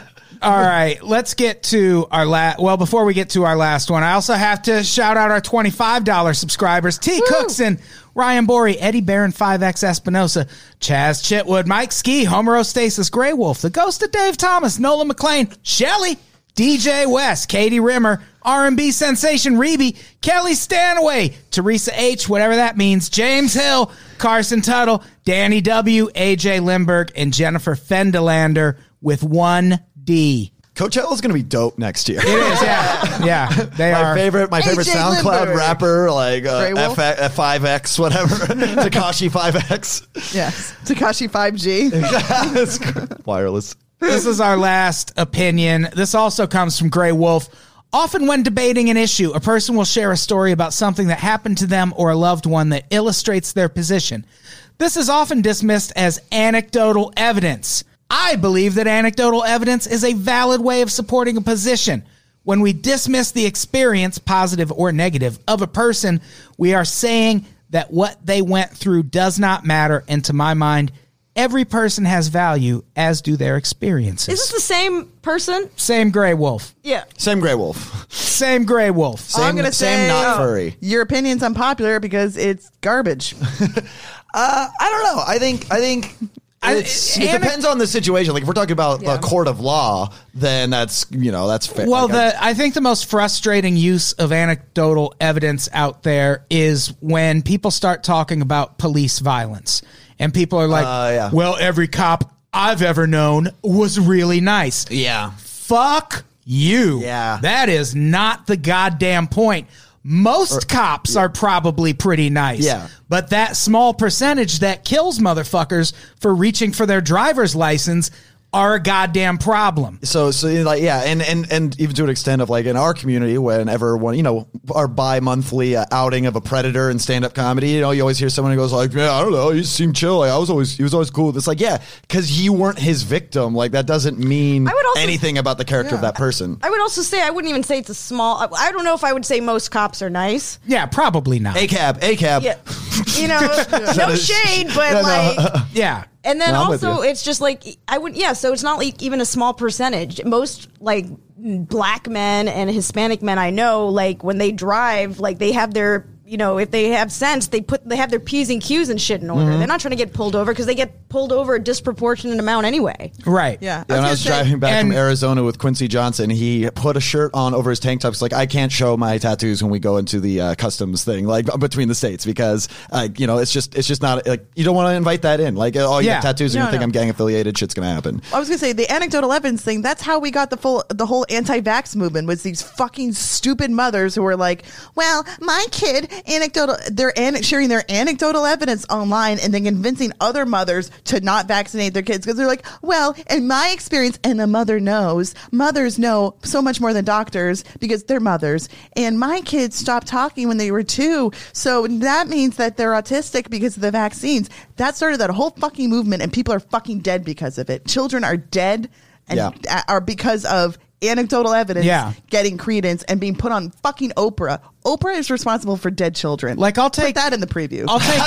All right, let's get to our last. Well, before we get to our last one, I also have to shout out our twenty-five dollar subscribers: T. Cookson, Ryan Bory, Eddie Barron, Five X Espinosa, Chaz Chitwood, Mike Ski, Homerostasis, Grey Wolf, the Ghost of Dave Thomas, Nolan McLean, Shelley, DJ West, Katie Rimmer, R&B sensation Reby, Kelly Stanaway, Teresa H, whatever that means, James Hill, Carson Tuttle, Danny W, AJ Lindberg, and Jennifer Fendelander with one D.
Coachella's gonna be dope next year.
It is, yeah, yeah. They
my
are
favorite, my favorite
AJ
SoundCloud
Lindbergh.
rapper, like
Grey
uh,
Wolf?
F- Five X, whatever, Takashi Five X.
yes. Takashi 5G.
That's wireless.
this is our last opinion. This also comes from Gray Wolf. Often, when debating an issue, a person will share a story about something that happened to them or a loved one that illustrates their position. This is often dismissed as anecdotal evidence. I believe that anecdotal evidence is a valid way of supporting a position. When we dismiss the experience, positive or negative, of a person, we are saying that what they went through does not matter. And to my mind, every person has value, as do their experiences.
Is this the same person?
Same gray wolf.
Yeah.
Same Grey Wolf.
Same gray wolf.
Same,
Oh, I'm gonna
same
say- uh,
not furry.
Your opinion's unpopular because it's garbage.
I don't know. I think I think
I-
it's, it
and-
depends on the situation. Like if we're talking about a court of law, then that's you know that's fair.
Well,
Like, I-
the I think the most frustrating use of anecdotal evidence out there is when people start talking about police violence, and people are like,
Uh, yeah.
"Well, every cop I've ever known was really nice."
yeah.
Fuck you.
Yeah.
that is not the goddamn point. Most cops are probably pretty nice.
Yeah.
But that small percentage that kills motherfuckers for reaching for their driver's license are a goddamn problem.
So so you know, like yeah, and and and even to an extent of like in our community, whenever one you know our bi-monthly uh, outing of a predator in stand-up comedy, you know you always hear someone who goes like, yeah, I don't know, he seemed chill. Like, I was always he was always cool. It's like yeah, because you weren't his victim. Like that doesn't mean
I would also-
anything about the character of that person.
I would also say I wouldn't even say it's a small. I, I don't know if I would say most cops are nice.
Yeah, probably not.
A cab, a cab.
Yeah, you know, no
is-
shade, but like,
Yeah.
and then
No, I'm with
also
you.
it's just like I would, yeah. So it's not like even a small percentage. Most like black men and Hispanic men I know, like when they drive, like they have their. You know, if they have sense, they put they have their p's and q's and shit in order.
Mm-hmm.
They're not trying to get pulled over because they get pulled over a disproportionate amount anyway.
Right.
Yeah.
Yeah, when I
gonna
was
say-
driving back
and-
from Arizona with Quincy Johnson, he put a shirt on over his tank top. It's like I can't show my tattoos when we go into the uh, customs thing, like between the states, because like you know, it's just it's just not like you don't want to invite that in. Like oh, you
Yeah.
have tattoos, and
No,
you think
no.
I'm gang affiliated. Shit's gonna happen.
I was gonna say the anecdotal evidence thing. That's how we got the full the whole anti-vax movement was these fucking stupid mothers who were like, "Well, my kid anecdotal they're an- sharing their anecdotal evidence online and then convincing other mothers to not vaccinate their kids because they're like, well, in my experience, and a mother knows, mothers know so much more than doctors because they're mothers. And my kids stopped talking when they were two, so that means that they're autistic because of the vaccines. That started that whole fucking movement, and people are fucking dead because of it. Children are dead, and
Yeah.
a- are because of anecdotal evidence
Yeah.
getting credence and being put on fucking Oprah. Oprah is responsible for dead children.
Like, I'll take-
put that in the preview.
I'll take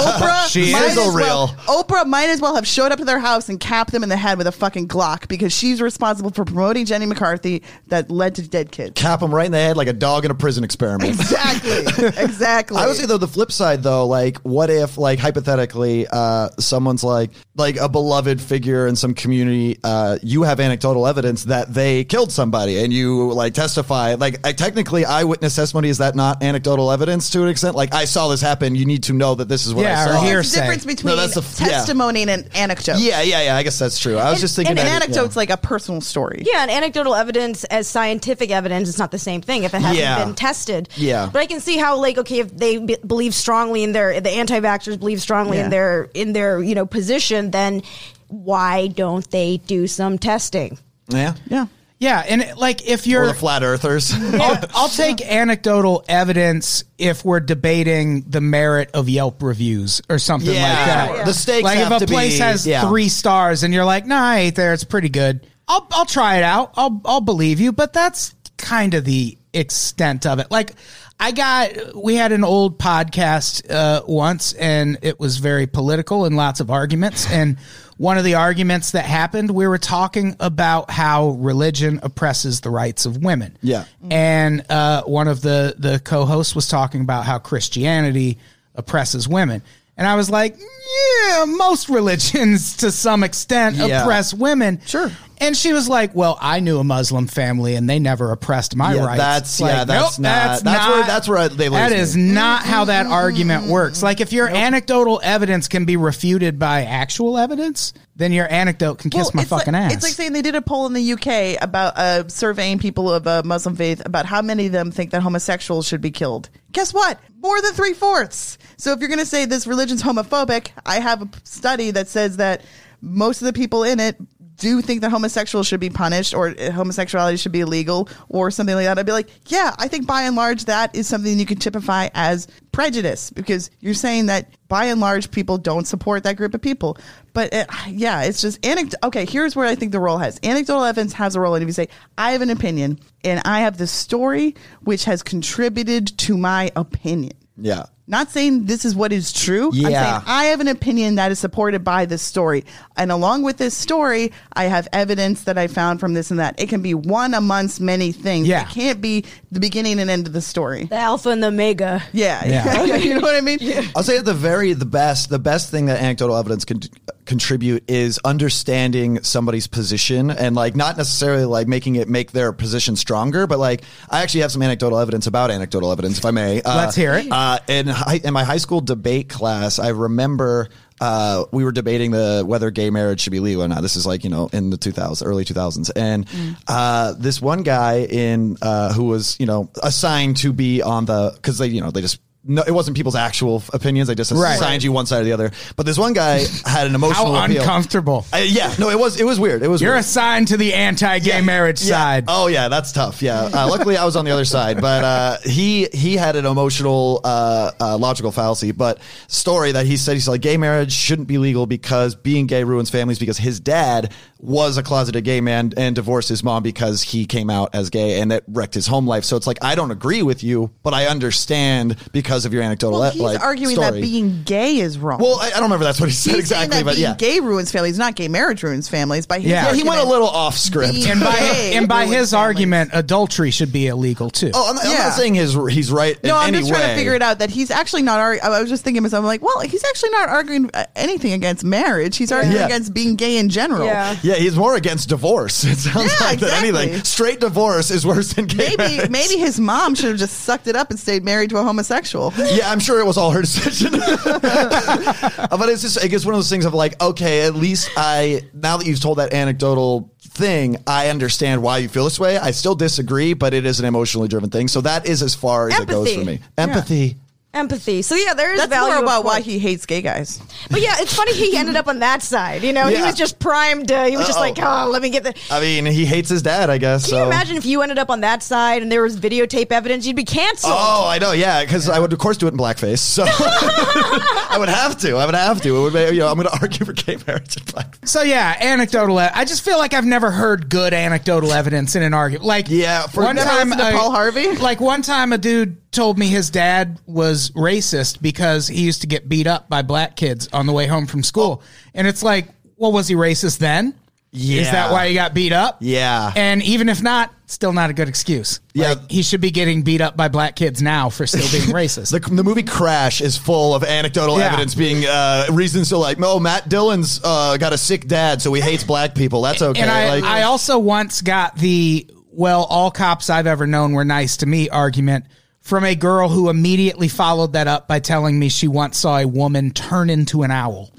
Oprah,
She
might
is
as
a
well,
real-
Oprah might as well have showed up to their house and capped them in the head with a fucking Glock because she's responsible for promoting Jenny McCarthy that led to dead kids.
Cap him right in the head like a dog in a prison experiment.
Exactly. exactly.
I would say though the flip side though, like what if like hypothetically, uh, someone's like like a beloved figure in some community, uh, you have anecdotal evidence that they killed somebody, and you like testify like I, technically eyewitness testimony somebody, is that not anecdotal evidence to an extent? Like, I saw this happen. You need to know that this is what
Yeah,
I
or
saw.
here's-
There's a difference
hearsay.
No,
between
that's the f- yeah.
testimony and an anecdote.
Yeah, yeah, yeah. I guess that's true. I was just thinking
And an
that-
anecdote's like a personal story.
Yeah, and anecdotal evidence as scientific evidence is not the same thing if it hasn't
Yeah.
been tested.
Yeah.
but I can see how like okay if they b- believe strongly in their the anti-vaxxers believe strongly
Yeah.
in their in their you know position, then why don't they do some testing?
Yeah. yeah.
Yeah.
Yeah, and it- like if
Or
you're
the flat earthers.
I'll, I'll take anecdotal evidence if we're debating the merit of Yelp reviews or something
Yeah.
like that.
Yeah. The stakes
like
have
if a
to
place
be-
has
yeah.
three stars and you're like, "No, I ate there. It's pretty good." I'll I'll try it out. I'll I'll believe you, but that's kind of the extent of it. Like I got we had an old podcast uh, once, and it was very political and lots of arguments. And one of the arguments that happened, we were talking about how religion oppresses the rights of women.
Yeah.
And uh, one of the the co-hosts was talking about how Christianity oppresses women. And I was like, yeah, most religions to some extent
Yeah.
oppress women.
Sure.
And she was like, well, I knew a Muslim family and they never oppressed my
Yeah,
rights.
that's-
It's like,
yeah, that's not- that's where- that's where they lose
That
me.
is not how
Mm-hmm.
that argument works. Like if your anecdotal evidence can be refuted by actual evidence, then your anecdote can kiss
Well,
my
it's like-
fucking ass.
It's like saying they did a poll in the UK about uh, surveying people of uh, Muslim faith about how many of them think that homosexuals should be killed. Guess what? More than three fourths. So if you're going to say this religion's homophobic, I have a p- study that says that most of the people in it do think that homosexuals should be punished or uh, homosexuality should be illegal or something like that. I'd be like, yeah, I think by and large that is something you can typify as prejudice because you're saying that by and large people don't support that group of people. But uh yeah, it's just anecdote. Okay, here's where I think the role has anecdotal evidence has a role. And if you say I have an opinion and I have this story which has contributed to my opinion,
yeah.
not saying this is what is true. I'm
Yeah.
saying I have an opinion that is supported by this story. And along with this story, I have evidence that I found from this and that. It can be one amongst many things.
Yeah.
It can't be the beginning and end of the story.
The alpha and the omega.
Yeah.
Yeah.
you know what I mean?
I'll say at the very the best, the best thing that anecdotal evidence can contribute is understanding somebody's position and like not necessarily like making it make their position stronger, but like I actually have some anecdotal evidence about anecdotal evidence, if I may. Uh,
Let's hear it.
Uh, in high, in my high school debate class, I remember. Uh, we were debating the whether gay marriage should be legal or not. This is like you know in the 2000s, early 2000s, and uh, this one guy in uh, who was you know assigned to be on the because they you know they just no, it wasn't people's actual f- opinions. They just
Right.
assigned you one side or the other. But this one guy had an emotional
how
appeal.
uncomfortable.
Uh, yeah, no, it was it was weird. It was
You're
weird.
assigned to the anti-gay marriage
Yeah.
side.
Oh yeah, that's tough. Yeah. Uh, luckily, I was on the other side, but uh, he he had an emotional, uh, uh, logical fallacy, but story that he said he's like gay marriage shouldn't be legal because being gay ruins families because his dad was a closeted gay man and divorced his mom because he came out as gay and that wrecked his home life. So it's like I don't agree with you, but I understand because of your anecdotal. e-,
Well, he's
like,
arguing that
story.
being gay is wrong.
Well, I, I don't remember that's what he said
he's
exactly,
saying that
but
being
yeah.
gay ruins families, not gay marriage ruins families. By his
Yeah.
yeah, he went a
argument,
little off script.
being
and by
gay
and by
ruins
his
families.
argument, adultery should be illegal too.
Oh, I'm not, I'm
Yeah.
not saying his, he's right.
No,
in
I'm
any
just trying
way.
to figure it out that he's actually not. Ar- I was just thinking myself, I'm like, well, he's actually not arguing uh, anything against marriage. He's arguing
Yeah.
against being gay in general.
Yeah.
Yeah, he's more against divorce. It sounds
Yeah,
like
exactly.
than anything. Straight divorce is worse than gay
Maybe
marriage.
maybe his mom should have just sucked it up and stayed married to a homosexual.
Yeah, I'm sure it was all her decision. but it's just, I guess, one of those things of like, okay, at least I, now that you've told that anecdotal thing, I understand why you feel this way. I still disagree, but it is an emotionally driven thing. So that is as far as it goes
Empathy.
for me. Empathy.
Empathy. So yeah, there is
That's
value
more about
of
why
point.
he hates gay guys.
But yeah, it's funny he ended up on that side. You know, he
Yeah.
was just primed. Uh, he was just
Uh-oh.
like, oh, let me get the.
I mean, he hates his dad, I guess.
Can
so.
you imagine if you ended up on that side and there was videotape evidence? You'd be canceled.
Oh, I know. Yeah, because I would, of course, do it in blackface. So I would have to. I would have to. It would be, you know, I'm going to argue for gay marriage in blackface.
So yeah, anecdotal. e- I just feel like I've never heard good anecdotal evidence in an argument. Like
Yeah, for-
one
Never
time
listened to
a-
Paul Harvey?
Like one time, a dude told me his dad was racist because he used to get beat up by black kids on the way home from school, and it's like, well, was he racist then? Is
Oh. Yeah.
that why he got beat up?
Yeah.
And even if not, still not a good excuse.
Yeah.
Like, he should be getting beat up by black kids now for still being racist.
The, the movie Crash is full of anecdotal
Yeah.
evidence being uh, reasons to like, oh, Matt Dillon's uh, got a sick dad, so he hates black people. That's okay.
And I,
like,
I also once got the well, all cops I've ever known were nice to me argument from a girl who immediately followed that up by telling me she once saw a woman turn into an owl.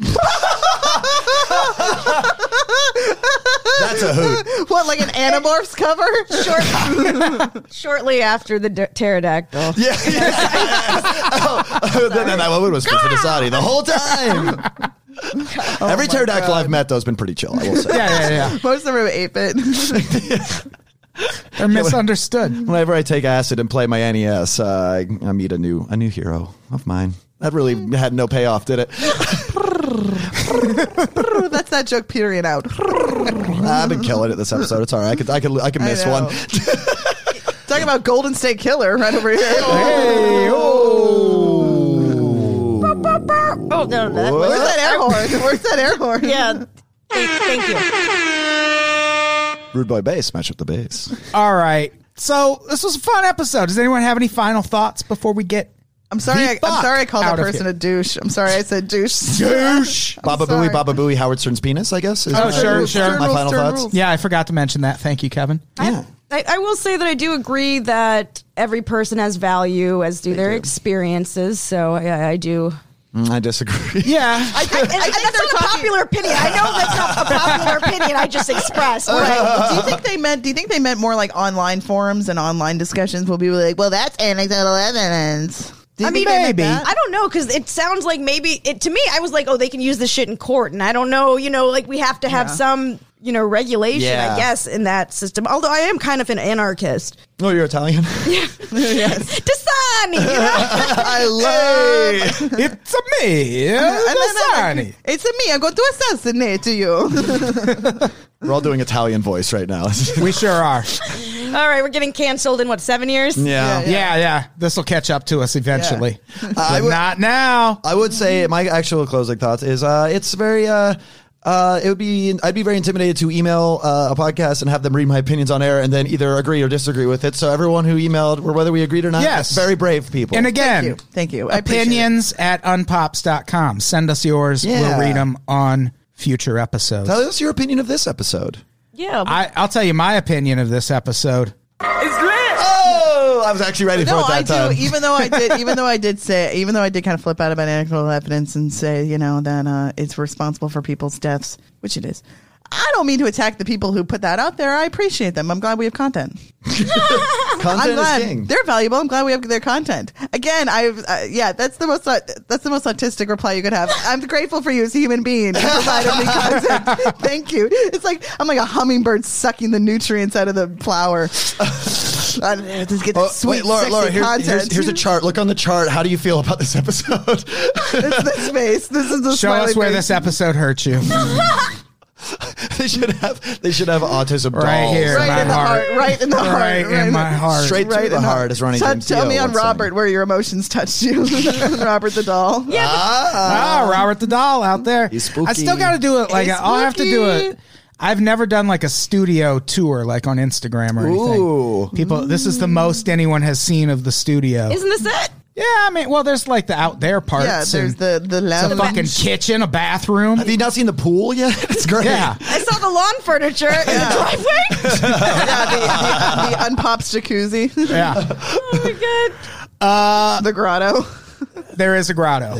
That's a hoot.
What, like an Animorphs cover? Sure.
Shortly after the d- pterodactyl.
Yeah. yeah. oh, then that woman was Christopher Dasani the whole time.
Oh
Every pterodactyl I've met, though, has been pretty chill, I will say.
Yeah, yeah, yeah.
Most of them are 8 bit.
They're misunderstood.
Whenever I take acid and play my NES, uh, I, I meet a new a new hero of mine. That really had no payoff, did it?
That's that joke period out.
I've been killing it this episode. It's all right. I could I could I could miss
know.
one.
Talking about Golden State Killer right over here.
Hey,
Oh, no, no, that
Where's that air horn? Where's that air horn?
Yeah. Thank, thank you.
Rude boy bass, match up the bass.
All right. So this was a fun episode. Does anyone have any final thoughts before we get?
I'm sorry.
The
I, I'm sorry. I
fuck
called
out
that
of
person
here.
a douche. I'm sorry. I said douche.
Douche. Baba
sorry.
Booey, Baba Booey, Howard Stern's penis, I guess. Is
Oh,
my-
sure, sure.
My
Rules,
final
Stern
thoughts.
rules.
Yeah, I forgot to mention that. Thank you, Kevin.
Yeah.
I, I will say that I do agree that every person has value, as do their experiences. So I, I do.
Mm, I disagree.
Yeah.
I, and, and that's not a popular opinion. I know that's not a popular opinion. I just expressed.
do you think they meant? Do you think they meant more like online forums and online discussions? Will be like, well, that's anecdotal evidence. Do you
I mean,
think they meant
maybe.
that?
I don't know because it sounds like maybe it to me. I was like, oh, they can use this shit in court, and I don't know. You know, like we have to have some you know regulation,
Yeah.
I guess, in that system. Although I am kind of an anarchist.
Oh, you're Italian.
yes.
Dasani, you know?
I love.
Hey.
it's a me,
And then I'm
Dasani.
like, it's a me. I'm going to assassinate you.
We're all doing Italian voice right now.
We sure are.
All right, we're getting canceled in what seven years?
yeah.
Yeah, yeah. This will catch up to us eventually.
I
But
would-
not now.
Oh,
I would say my actual closing thoughts is uh, it's very. Uh, uh, it would be I'd be very intimidated to email uh, a podcast and have them read my opinions on air and then either agree or disagree with it. So everyone who emailed, or whether we agreed or not,
Yes.
very brave people.
And again,
Thank you. I appreciate
opinions at unpops.com. Send us yours.
Yeah.
We'll read them on future episodes.
tell us your opinion of this episode.
Yeah.
I, I'll tell you my opinion of this episode.
Oh, I was actually ready
No,
for
I
it that time.
do. Even though I did, even though I did say, even though I did kind of flip out about anecdotal evidence and say, you know, that uh, it's responsible for people's deaths, which it is. I don't mean to attack the people who put that out there. I appreciate them. I'm glad we have content.
Content
I'm glad
is king.
they're valuable. I'm glad we have their content. Again, I uh, yeah, that's the most uh, that's the most autistic reply you could have. I'm grateful for you as a human being. for providing me content. Thank you. It's like I'm like a hummingbird sucking the nutrients out of the flower. I just get the
Oh, wait,
sweet,
Laura,
sexy
Laura, here's,
content.
here's, here's a chart. Look on the chart. How do you feel about this episode?
It's this face. This is the
Show
smiley
us where
face.
this episode hurt you.
they should have they should have autism
Right
dolls.
here.
right
my
in the heart.
heart.
Right in the heart.
right in my heart.
Straight
Right
to the
in
heart is running.
Tell- tell me on Robert where your emotions touched you. Robert the doll. Yeah.
Ah, Robert the doll out there.
He's spooky.
I still got to do it. Like
He's
I'll have to do it.
spooky.
I've never done like a studio tour, like on Instagram or anything.
Ooh.
People, this is the most anyone has seen of the studio.
Isn't this it?
yeah, I mean, well, there's like the out there parts.
Yeah, there's
and
the the
it's
lounge.
a fucking kitchen, a bathroom.
Have you not seen the pool yet? It's great.
Yeah,
I saw the lawn furniture in the driveway.
yeah, the, the, the unpops jacuzzi,
yeah.
Oh my god.
the grotto.
There is a grotto.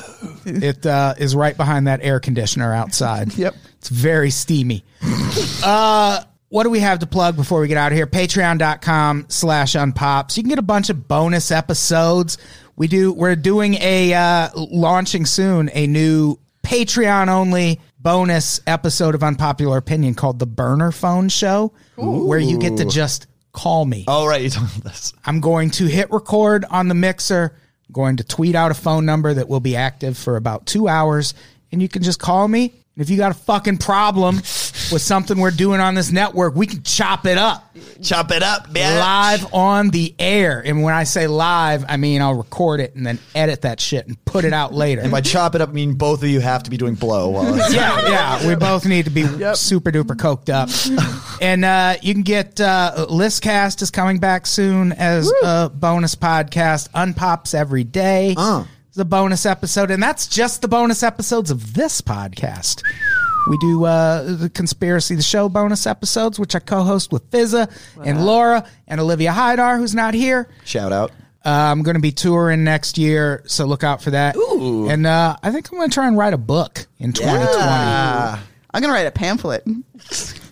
It uh, is right behind that air conditioner outside.
Yep.
It's very steamy. uh, what do we have to plug before we get out of here? Patreon.com slash unpops. You can get a bunch of bonus episodes. We do we're doing a uh, launching soon a new Patreon only bonus episode of Unpopular Opinion called the Burner Phone Show, where you get to just call me.
Oh right, you told me this.
I'm going to hit record on the mixer, I'm going to tweet out a phone number that will be active for about two hours, and you can just call me. And if you got a fucking problem with something we're doing on this network, we can chop it up
Chop it up, man.
live on the air. And when I say live, I mean I'll record it and then edit that shit and put it out later.
By chop it up, I mean both of you have to be doing blow. While it's-
yeah, yeah. We both need to be super duper coked up. and uh, you can get uh, Listcast is coming back soon as a bonus podcast. Unpops every day.
Uh.
It's a bonus episode, and that's just the bonus episodes of this podcast. We do uh, the conspiracy, the show bonus episodes, which I co-host with Fizza and Laura and Olivia Hydar, who's not here.
Shout out.
Uh, I'm going to be touring next year, so look out for that. Ooh. And uh, I think I'm going to try and write a book in 2020. Yeah,
I'm gonna write a pamphlet.
I'm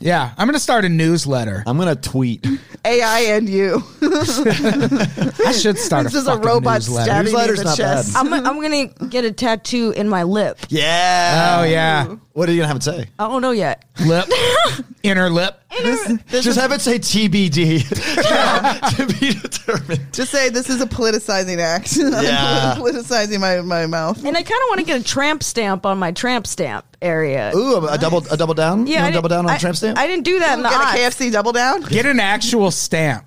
going to start a newsletter.
I'm gonna tweet.
AI and you.
I should start
this
a
is a
fucking
robot
newsletter.
stabbing me in
Newsletter's
the
not bad.
chest.
I'm, I'm gonna get a tattoo in my lip.
Yeah.
Oh yeah,
Uh, What are you gonna have it say?
I don't know yet.
lip, inner lip.
Just have it say TBD to be determined.
Just say this is a politicizing act. I'm
Yeah.
politicizing my, my mouth.
And I kind of want to get a tramp stamp on my tramp stamp area.
Ooh, a, a double a double down.
yeah,
You wanna
I
double
didn't-
down on
I,
the tramp stamp.
I didn't do that in the
Get a
odds.
KFC double down.
Get an actual stamp,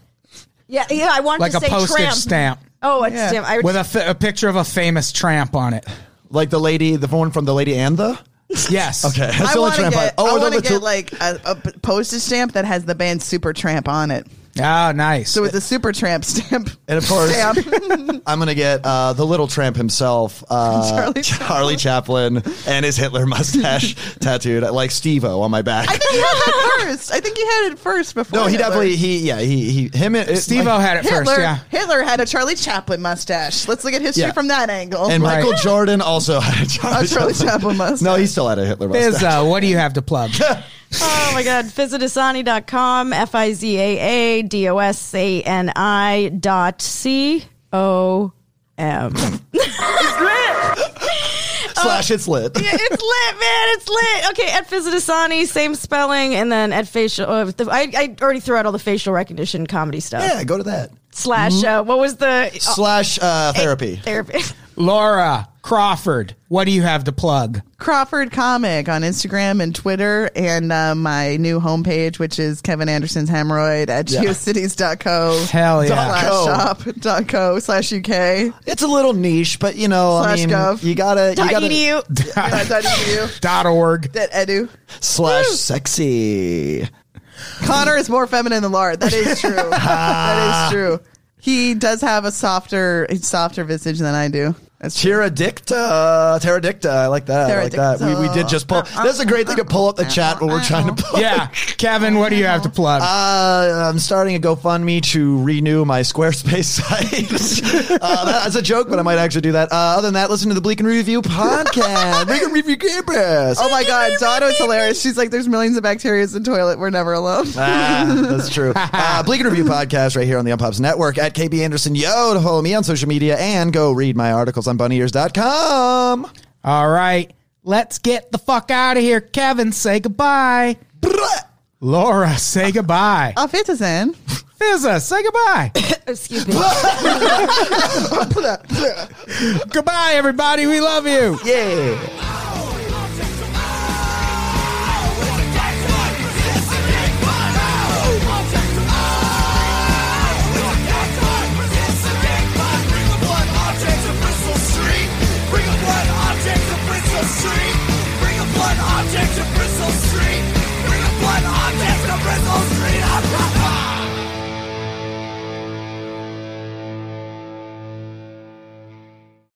Yeah, yeah. I wanted
like
to
a
say
postage
tramp.
stamp
Oh, a
Yeah.
stamp. I,
with a, f- a picture of a famous tramp on it.
like the lady, the one from the lady and the.
Yes.
Okay, that's
I
the only
want to
tramp.
get,
I, or
I
the
want to
little-
get like a, a p- postage stamp that has the band Super Tramp on it.
Oh, nice.
So it's a Super Tramp stamp.
And of course,
Stamp.
I'm gonna get uh, the little tramp himself, uh,
Charlie
Charlie, Chaplin, and his Hitler mustache tattooed, like Steve-O on my back.
I think he had that first. I think he had it first before.
No, he
Hitler.
definitely he yeah he he him and
Steve O had it
Hitler,
first. Yeah.
Hitler had a Charlie Chaplin mustache. Let's look at history
Yeah.
from that angle.
and
Right.
Michael Jordan also had a Charlie,
A Charlie Chaplin mustache.
No, he still had a Hitler mustache.
Bizzo, what do you have to plug?
oh my God. Fizadasani.com, F I Z A A D O S A N I dot C O M.
uh,
Slash, it's lit.
Yeah, it's lit, man. It's lit. Okay, at Fizadasani, same spelling, and then at facial. Uh, the, I, I already threw out all the facial recognition comedy stuff.
Yeah, Mm-hmm. go to that.
Slash, uh, what was the
Oh.
uh,
Slash uh, therapy.
therapy?
Laura Crawford, what do you have to plug?
Crawford Comic on Instagram and Twitter, and uh, my new homepage, which is Kevin Anderson's Hemorrhoid at
Yeah.
geocities.co.
Hell yeah.
Slash
Co.
shop dot co slash UK.
It's a little niche, but you know,
Slash
I mean,
gov.
you gotta you gotta
Edu.
Yeah, dot edu.
Dot org.
Dot edu.
slash sexy.
Connor is more feminine than Laura. That is true. that is true. He does have a softer, softer visage than I do. That's true.
Pterodicta, uh, pterodicta. I like that. I like that. We, we did just pull.
Uh,
That's a great thing to pull up the chat when we're trying to pull.
Yeah. Kevin, what do you have to plug?
Uh, I'm starting a GoFundMe to renew my Squarespace site. uh, that's a joke, but I might actually do that. Uh, other than that, listen to the Bleak and Review podcast. Bleak and Review campus.
Oh my God, Donna's hilarious. She's like, there's millions of bacteria in the toilet. We're never alone.
Ah, that's true. Uh, Bleak and Review podcast right here on the Unpops Network at KB Anderson Yo to follow me on social media and go read my articles on bunnyears.com.
All right. Let's get the fuck out of here. Kevin, say goodbye. Laura, say goodbye.
I'll fit us in.
Fizza, say goodbye.
Excuse me.
goodbye, everybody. We love you.
Yeah.